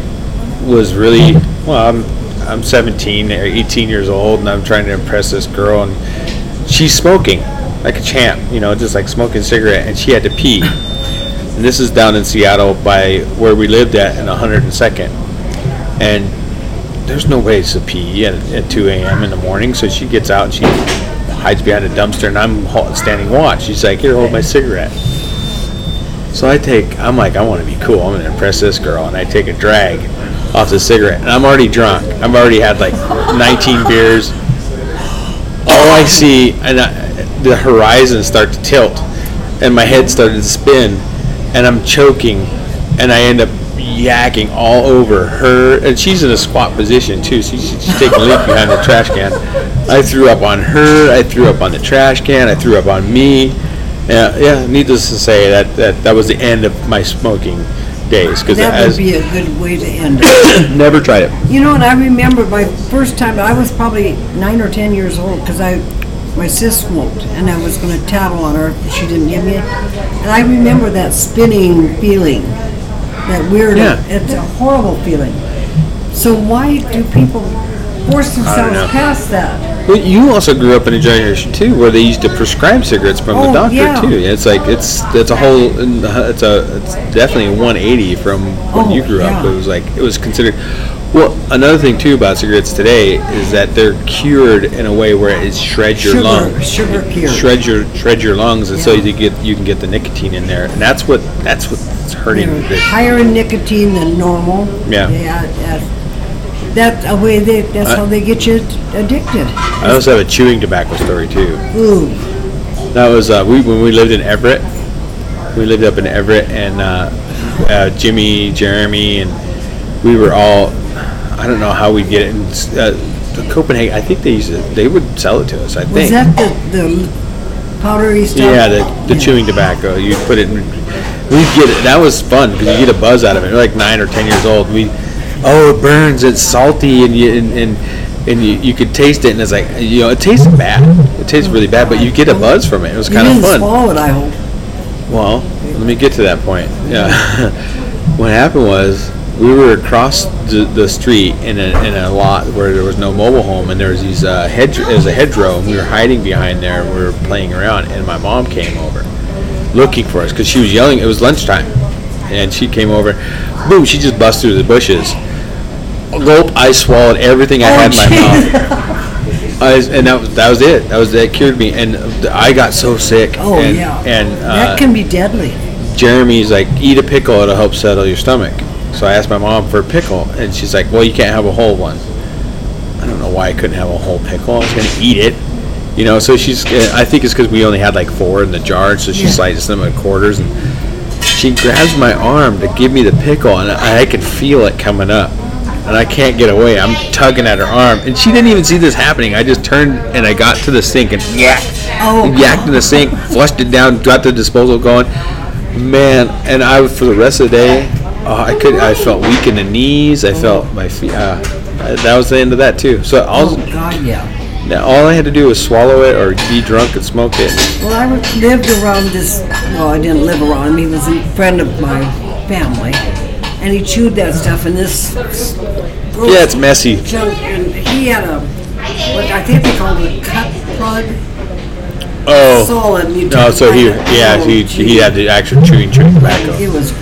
Speaker 1: was really well. I'm I'm 17 or 18 years old, and I'm trying to impress this girl, and she's smoking like a champ, you know, just like smoking a cigarette, and she had to pee. And this is down in Seattle by where we lived at in 102nd, and there's no way to pee at, at 2 a.m. in the morning. So she gets out, and she hides behind a dumpster, and I'm hol- standing watch. She's like, "Here, hold my cigarette." So I take, I'm like, I want to be cool. I'm gonna impress this girl, and I take a drag off the cigarette, and I'm already drunk. I've already had like 19 beers. All I see,
Speaker 2: [laughs]
Speaker 1: and I, the horizon start to tilt, and my head started to spin, and I'm choking, and I end up yakking all over her. And she's in a squat position too. So she's, she's taking a leak behind the trash can. I threw up on her. I threw up on the trash can. I threw up on me. Yeah, yeah. Needless to say, that, that, that was the end of my smoking days because
Speaker 2: That would
Speaker 1: as
Speaker 2: be a good way to end it.
Speaker 1: never tried it.
Speaker 2: You know, and I remember my first time, I was probably nine or 10 years old because I, my sis smoked and I was going to tattle on her if she didn't give me it. And I remember that spinning feeling, that weird,
Speaker 1: Yeah.
Speaker 2: it's a horrible feeling. So why do people force themselves
Speaker 1: know.
Speaker 2: past that?
Speaker 1: But you also grew up in a generation too where they used to prescribe cigarettes from the
Speaker 2: Oh,
Speaker 1: doctor
Speaker 2: yeah.
Speaker 1: too. It's like it's it's a whole it's a it's definitely a 180 from when
Speaker 2: Oh,
Speaker 1: you grew up.
Speaker 2: yeah.
Speaker 1: It was like it was considered. Well, another thing too about cigarettes today is that they're cured in a way where it shreds your
Speaker 2: Sugar-
Speaker 1: lungs.
Speaker 2: sugar
Speaker 1: It
Speaker 2: cured.
Speaker 1: Shreds your shred your lungs, and so
Speaker 2: Yeah.
Speaker 1: you get you can get the nicotine in there, and that's what that's what's hurting.
Speaker 2: They're
Speaker 1: the-
Speaker 2: Higher in nicotine than normal.
Speaker 1: Yeah. Uh,
Speaker 2: Yeah, That's a way they, that's
Speaker 1: I-
Speaker 2: how they get you addicted.
Speaker 1: I also have a chewing tobacco story too.
Speaker 2: Ooh,
Speaker 1: That was uh, we when we lived in Everett. We lived up in Everett, and uh, uh, Jimmy, Jeremy, and we were all. I don't know how we'd get it. In, uh, Copenhagen, I think they used to, They would sell it to us. I
Speaker 2: was
Speaker 1: think.
Speaker 2: that the, the powdery stuff?
Speaker 1: yeah, the, the chewing tobacco. You'd put it. in... We'd get it. That was fun because you get a buzz out of it. We're like nine or ten years old. We, oh, it burns. It's salty, and you and. and and you, you could taste it, and it's like you know, it tastes bad. It tastes really bad, but you get a buzz from it. It was
Speaker 2: You
Speaker 1: kind of
Speaker 2: didn't
Speaker 1: fun.
Speaker 2: swallow it, I hope.
Speaker 1: [laughs] Well, let me get to that point. Yeah. what happened was we were across the, the street in a, in a lot where there was no mobile home, and there was these uh, hedge, it was a hedgerow, and we were hiding behind there, and we were playing around, and my mom came over looking for us because she was yelling. It was lunchtime, and she came over. Boom! She just busted through the bushes. Gulp! I swallowed everything I
Speaker 2: Oh,
Speaker 1: had in my
Speaker 2: jeez.
Speaker 1: mouth. [laughs] I was- and that was, that was it. That was that cured me, and I got so sick.
Speaker 2: Oh,
Speaker 1: and,
Speaker 2: yeah.
Speaker 1: And uh,
Speaker 2: That can be deadly.
Speaker 1: Jeremy's like, eat a pickle, it'll help settle your stomach. So I asked my mom for a pickle, and she's like, well, you can't have a whole one. I don't know why I couldn't have a whole pickle. I was gonna eat it, you know. So she's, uh, I think it's because we only had like four in the jar, so she
Speaker 2: Yeah.
Speaker 1: slices them in quarters, and she grabs my arm to give me the pickle, and I, I can feel it coming up, and I can't get away. I'm tugging at her arm, and she didn't even see this happening. I just turned and I got to the sink and yeah
Speaker 2: Oh,
Speaker 1: yacked in the sink, flushed it down, got the disposal going. Man, and I for the rest of the day, uh, I could I felt weak in the knees. I felt my feet. Uh, that was the end of that too. So all
Speaker 2: oh, God, yeah.
Speaker 1: now all I had to do was swallow it or be drunk and smoke it.
Speaker 2: Well, I lived around this, well, I didn't live around him, he was a friend of my family, and he chewed that stuff in this gross
Speaker 1: Yeah, it's messy.
Speaker 2: junk, and he had a, what I think they called a cut plug,
Speaker 1: Oh,
Speaker 2: solid, and you
Speaker 1: no.
Speaker 2: took
Speaker 1: So
Speaker 2: it
Speaker 1: he
Speaker 2: out.
Speaker 1: yeah
Speaker 2: Oh,
Speaker 1: he
Speaker 2: gee.
Speaker 1: he had the actual chewing chewing tobacco.
Speaker 2: It was,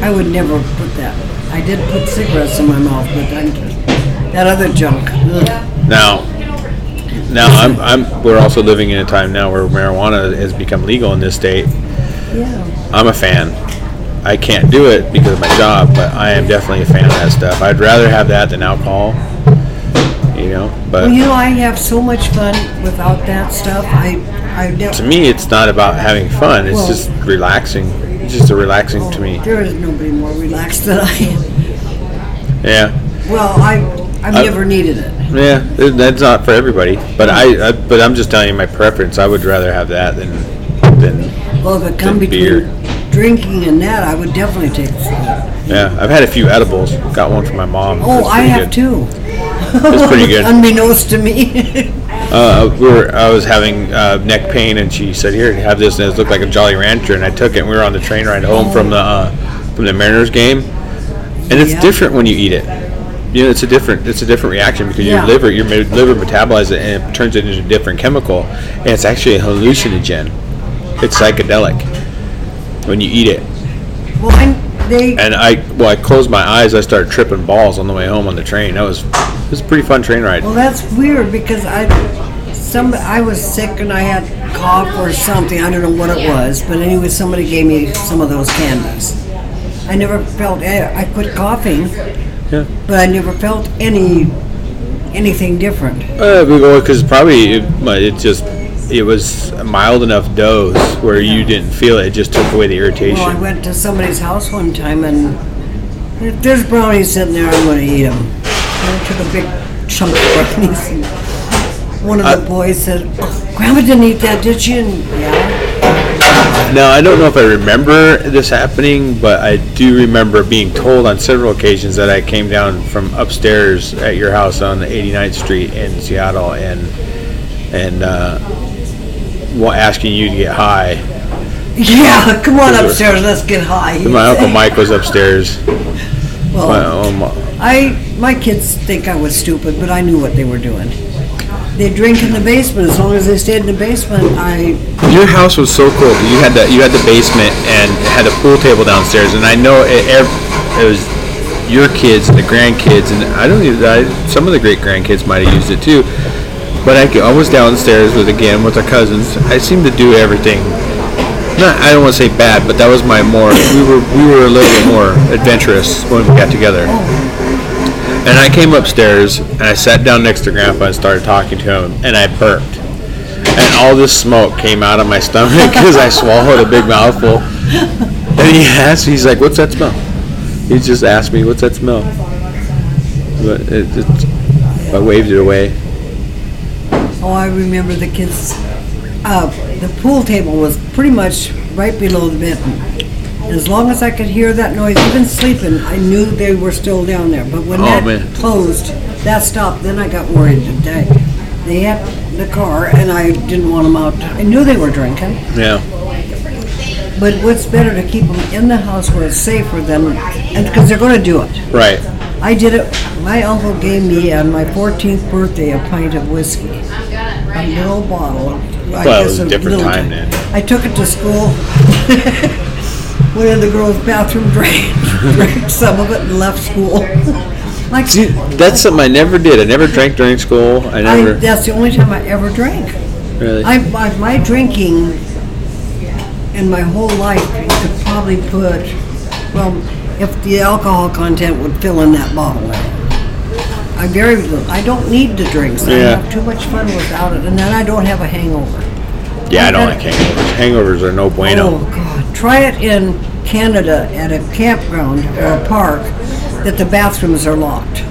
Speaker 2: I would never put that, I did put cigarettes in my mouth, but I, that other junk, ugh.
Speaker 1: Now, now I'm I'm we're also living in a time now where marijuana has become legal in this state.
Speaker 2: yeah.
Speaker 1: I'm a fan. I can't do it because of my job, but I am definitely a fan of that stuff. I'd rather have that than alcohol. You know, but
Speaker 2: Well, you know, I have so much fun without that stuff, I, I never.
Speaker 1: to me, it's not about having fun. It's
Speaker 2: Well-
Speaker 1: just relaxing. It's just a relaxing to me.
Speaker 2: There is nobody more relaxed than I am.
Speaker 1: Yeah,
Speaker 2: Well, I, I've
Speaker 1: I-
Speaker 2: never needed it.
Speaker 1: yeah. th- That's not for everybody, but I, I. But I'm just telling you my preference. I would rather have that than than.
Speaker 2: Well, if it come
Speaker 1: The
Speaker 2: between
Speaker 1: beer.
Speaker 2: drinking and that, I would definitely take it.
Speaker 1: Yeah, I've had a few edibles. Got one from my mom.
Speaker 2: Oh,
Speaker 1: It's
Speaker 2: I
Speaker 1: pretty
Speaker 2: have
Speaker 1: good.
Speaker 2: too.
Speaker 1: It's
Speaker 2: [laughs]
Speaker 1: pretty good.
Speaker 2: Unbeknownst to me. [laughs]
Speaker 1: Uh, we were, I was having uh, neck pain, and she said, "Here, have this." And it looked like a Jolly Rancher, and I took it. And we were on the train ride home from the uh, from the Mariners game, and it's
Speaker 2: Yeah.
Speaker 1: different when you eat it. You know, it's a different it's a different reaction because
Speaker 2: Yeah.
Speaker 1: your liver your ma- liver metabolizes it and it turns it into a different chemical, and it's actually a hallucinogen. It's psychedelic when you eat it.
Speaker 2: Well, I, they,
Speaker 1: And I well, I closed my eyes. I started tripping balls on the way home on the train. That was it was a pretty fun train ride.
Speaker 2: well, that's weird because I, some, I was sick and I had cough or something. I don't know what it was, but anyway, somebody gave me some of those candies. I never felt, I I quit coughing,
Speaker 1: Yeah.
Speaker 2: but I never felt any, anything different.
Speaker 1: Uh, because probably it, but it just it was a mild enough dose where you didn't feel it. It just took away the irritation.
Speaker 2: Well, I went to somebody's house one time and if there's brownies sitting there, I'm gonna eat them. I took a big chunk of brownies [laughs] and one of the boys said, "Oh, Grandma didn't eat that, did she? And, yeah.
Speaker 1: now I don't know if I remember this happening, but I do remember being told on several occasions that I came down from upstairs at your house on 89th Street in Seattle and and uh, wa- asking you to get high.
Speaker 2: Yeah, [laughs] come on upstairs, let's get high.
Speaker 1: My uncle Mike was upstairs. My,
Speaker 2: [laughs] Well,
Speaker 1: um,
Speaker 2: I, my kids think I was stupid, but I knew what they were doing. They drink in the basement, as long as they stayed in the basement, I,
Speaker 1: Your house was so cool. You had the you had the basement and had a pool table downstairs, and I know it, ev- it was your kids and the grandkids, and I don't even I, some of the great grandkids might have used it too. But I, could- I was downstairs with again with our cousins. I seemed to do everything. Not I don't want to say bad, but that was my more we were we were a little bit more adventurous when we got together. And I came upstairs and I sat down next to Grandpa and started talking to him, and I burped. And all this smoke came out of my stomach [laughs] because I swallowed a big mouthful. And he asked, he's like, "What's that smell?" He just asked me, "What's that smell?" But it, it, I waved it away.
Speaker 2: Oh, I remember the kids. Uh, the pool table was pretty much right below the bedroom. And As long as I could hear that noise, even sleeping, I knew they were still down there. But when
Speaker 1: Oh,
Speaker 2: that
Speaker 1: man.
Speaker 2: closed, that stopped. Then I got worried. They, they had the car, and I didn't want them out. I knew they were drinking,
Speaker 1: Yeah.
Speaker 2: But what's better to keep them in the house where it's safer than, and, because they're gonna do it.
Speaker 1: Right.
Speaker 2: I did it, my uncle gave me on my 14th birthday a pint of whiskey. A little bottle. I
Speaker 1: Well, it
Speaker 2: guess
Speaker 1: was a different
Speaker 2: little
Speaker 1: time
Speaker 2: ti-
Speaker 1: then.
Speaker 2: I took it to school, [laughs] went in the girls' bathroom, [laughs] drank, drank some of it and left school. [laughs] Like,
Speaker 1: See, that's something I never did. I never drank during school. I
Speaker 2: I,
Speaker 1: never
Speaker 2: that's the only time I ever drank.
Speaker 1: really.
Speaker 2: I, I- my drinking in my whole life could probably put, well, if the alcohol content would fill in that bottle. I very, little- I don't need the drinks. I
Speaker 1: Yeah.
Speaker 2: have too much fun without it, and then I don't have a hangover.
Speaker 1: yeah, I don't like hangovers. Hangovers are no bueno.
Speaker 2: Oh, God. Try it in Canada at a campground or a park that the bathrooms are locked.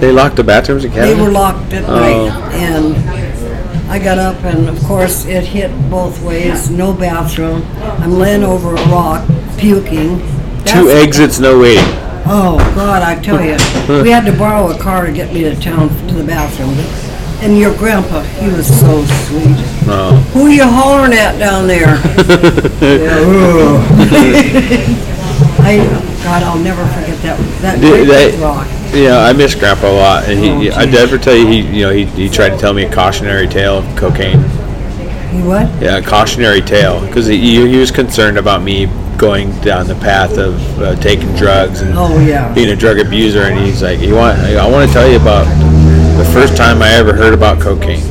Speaker 1: They locked the bathrooms in
Speaker 2: Oh. They
Speaker 1: Canada.
Speaker 2: were locked at
Speaker 1: Oh.
Speaker 2: night, and I got up, and of course, it hit both ways, no bathroom. I'm laying over a rock, puking.
Speaker 1: Two
Speaker 2: That's-
Speaker 1: exits, no waiting.
Speaker 2: Oh, God, I
Speaker 1: [laughs]
Speaker 2: tell you, we had to borrow a car to get me to town, to the bathroom. And your grandpa, he was so sweet.
Speaker 1: Oh.
Speaker 2: Who you hollering at
Speaker 1: [laughs]
Speaker 2: down there? [laughs] I, God, I'll never forget that, that
Speaker 1: Did
Speaker 2: great
Speaker 1: they-
Speaker 2: big rock.
Speaker 1: Yeah, I miss Grandpa a lot, and he,
Speaker 2: Oh,
Speaker 1: I
Speaker 2: geez.
Speaker 1: never tell you he, you know, he, he tried to tell me a cautionary tale of cocaine.
Speaker 2: You what?
Speaker 1: Yeah, a cautionary tale, because he, he was concerned about me going down the path of uh, taking drugs and
Speaker 2: Oh, yeah.
Speaker 1: being a drug abuser, and he's like, you want, I want to tell you about the first time I ever heard about cocaine.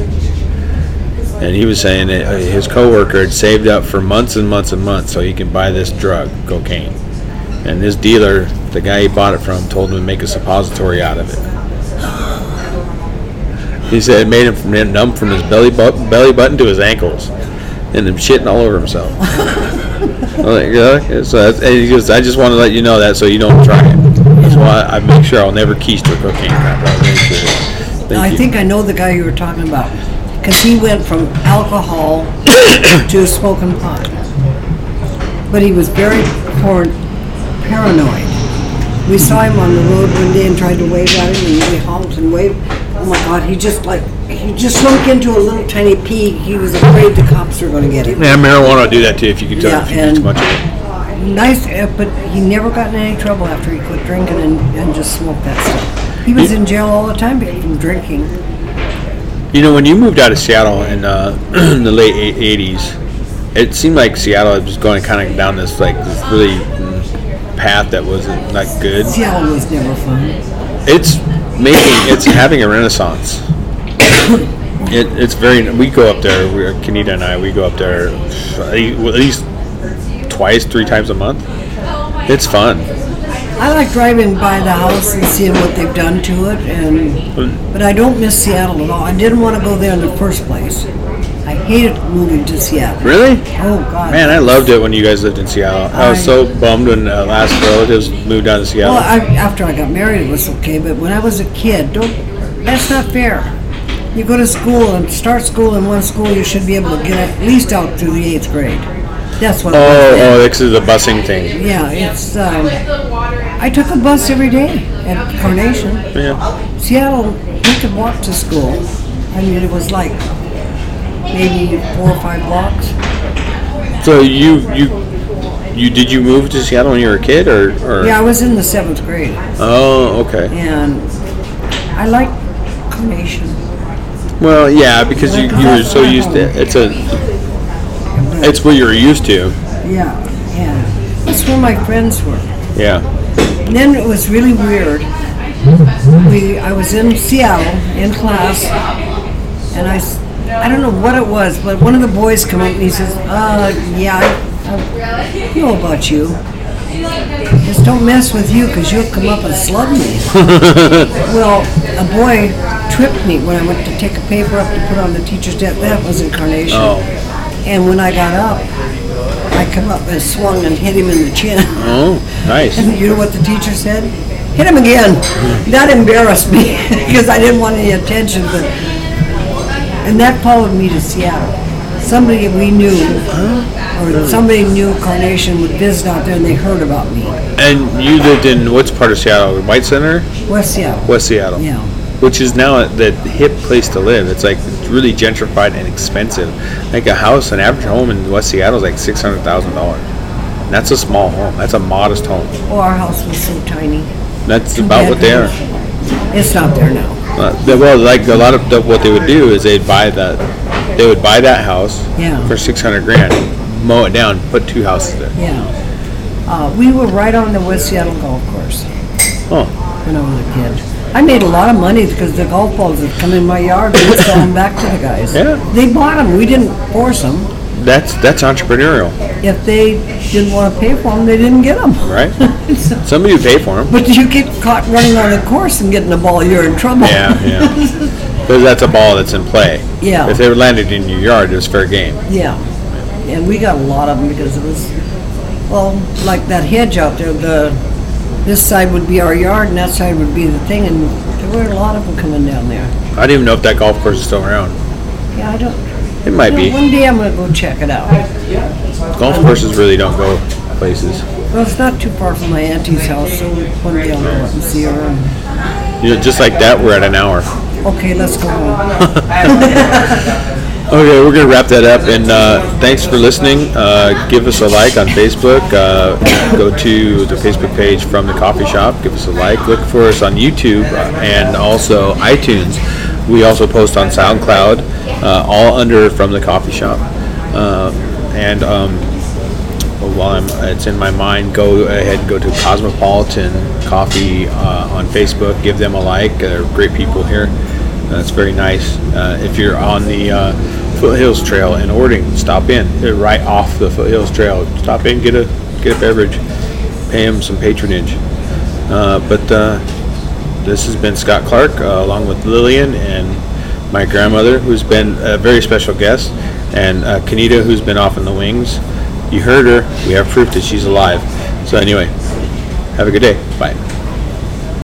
Speaker 1: And he was saying that uh, his coworker had saved up for months and months and months so he can buy this drug, cocaine. And this dealer, the guy he bought it from, told him to make a suppository out of it. He said it made him f- numb from his belly, bu- belly button to his ankles, and him shitting all over
Speaker 2: [laughs]
Speaker 1: himself. I'm like, yeah. So that's, and he goes, I just want to let you know that so you don't try it. That's why I make sure I'll never keister cocaine. I'll make sure. Thank
Speaker 2: I
Speaker 1: you.
Speaker 2: think I know the guy you were talking about, because he went from alcohol [coughs] to smoking pot. But he was very por- paranoid. We saw him on the road one day and tried to wave at him, and he honked and waved. Oh my God, he just like, he just sunk into a little tiny pea. He was afraid the cops were gonna get him.
Speaker 1: Yeah, marijuana will do that too if you can tell
Speaker 2: Yeah,
Speaker 1: if you do too
Speaker 2: and-
Speaker 1: much of it.
Speaker 2: Nice, uh, but he never got in any trouble after he quit drinking and, and just smoked that stuff. He was in jail all the time from drinking.
Speaker 1: You know, when you moved out of Seattle in, uh, [clears throat] in the late eight- 80s, it seemed like Seattle was going kind of down this like this really mm, path that wasn't like good.
Speaker 2: Seattle was never fun.
Speaker 1: It's making it's having a renaissance. It, it's very. We go up there. We, Kenita and I. We go up there uh, at least twice, three times a month. It's fun.
Speaker 2: I like driving by the house and seeing what they've done to it, and but I don't miss Seattle at all. I didn't want to go there in the first place. I hated moving to Seattle.
Speaker 1: Really?
Speaker 2: Oh God!
Speaker 1: Man, I loved it when you guys lived in Seattle. I was so bummed when uh, last relatives moved down to
Speaker 2: Well,
Speaker 1: Seattle.
Speaker 2: I, after I got married, it was okay, but when I was a kid, don't. That's not fair. You go to school and start school in one school, you should be able to get at least out through the eighth grade. That's what. it was
Speaker 1: Oh,
Speaker 2: then.
Speaker 1: oh, this is a busing thing.
Speaker 2: Yeah, it's. Um,
Speaker 3: I
Speaker 2: I took a bus every day at Carnation.
Speaker 1: Yeah.
Speaker 2: Seattle, we could walk to school. I mean, it was like maybe four or five blocks.
Speaker 1: So you you you did you move to Seattle when you were a kid or? or?
Speaker 2: Yeah, I was in the seventh grade,
Speaker 1: Oh, okay.
Speaker 2: and I liked Carnation.
Speaker 1: Well, yeah, because you, you were so used to it's a it's what you were used to.
Speaker 2: Yeah, yeah. That's where my friends were.
Speaker 1: Yeah.
Speaker 2: And then it was really weird. We, I was in Seattle in class, and I, s- I don't know what it was, but one of the boys come up and he says, "Uh, yeah, I, I know about you. Just don't mess with you, cause you'll come up and slug me." well, a boy tripped me when I went to take a paper up to put on the teacher's desk. That was incarnation.
Speaker 1: Oh.
Speaker 2: And when I got up, I come up and swung and hit him in the chin. [laughs]
Speaker 1: Oh, nice.
Speaker 2: And you know what the teacher said? Hit him again. That embarrassed me [laughs] because I didn't want any attention. But and that followed me to Seattle. Somebody we knew, or somebody knew Carnation would visit out there, and they heard about me.
Speaker 1: And you lived in what's part of Seattle? White Center,
Speaker 2: West Seattle.
Speaker 1: West Seattle,
Speaker 2: Yeah.
Speaker 1: which is now the hip place to live. It's like really gentrified and expensive. I think a house, an average home in West Seattle is like six hundred thousand dollars. That's a small home. That's a modest home.
Speaker 2: Oh, our house was so tiny.
Speaker 1: That's about what they are.
Speaker 2: It's not there now.
Speaker 1: Uh, they- Well, like a lot of the- what they would do is they'd buy that, they would buy that house
Speaker 2: Yeah.
Speaker 1: for six hundred grand, mow it down, put two houses there.
Speaker 2: Yeah. Uh, we were right on the West Seattle golf course
Speaker 1: Oh,
Speaker 2: when I was a kid. I made a lot of money because the golf balls would come in my yard and we'd sell them back to the guys.
Speaker 1: Yeah.
Speaker 2: They bought them. We didn't force them.
Speaker 1: that's that's entrepreneurial,
Speaker 2: If they didn't want to pay for them, they didn't get [laughs] them.
Speaker 1: right? Somebody would pay for them.
Speaker 2: But you get caught running on the course and getting a ball, you're in trouble.
Speaker 1: Yeah, yeah. [laughs] Because that's a ball that's in play.
Speaker 2: Yeah.
Speaker 1: If they were landed in your yard, it was fair game.
Speaker 2: Yeah, and we got a lot of them because it was, well, like that hedge out there, the, this side would be our yard and that side would be the thing, and there were a lot of them coming down there.
Speaker 1: I don't even know if that golf course is still around.
Speaker 2: Yeah, I don't.
Speaker 1: It might
Speaker 2: you know,
Speaker 1: be.
Speaker 2: One day I'm gonna go check it out.
Speaker 1: Golf courses really don't go places.
Speaker 2: Well, it's not too far from my auntie's house, so one day I'll go up and see her. and-
Speaker 1: You know, just like that, we're at an hour.
Speaker 2: Okay, let's go home.
Speaker 1: Okay, we're gonna wrap that up, and uh, thanks for listening. Uh, give us a like on Facebook. Uh, go to the Facebook page from the coffee shop. Give us a like. Look for us on YouTube uh, and also iTunes. We also post on SoundCloud, uh, all under from the coffee shop. Uh, and um, Well, while I'm, it's in my mind, go ahead and go to Cosmopolitan Coffee uh, on Facebook. Give them a like. They're great people here. Uh, it's very nice. Uh, if you're on the uh, Foothills Trail in Ording, stop in. They're right off the Foothills Trail. Stop in, get a get a beverage, pay them some patronage. Uh, but uh, this has been Scott Clark uh, along with Lillian and my grandmother, who's been a very special guest, and uh, Kanita, who's been off in the wings. You heard her. We have proof that she's alive. So, anyway, have a good day. Bye.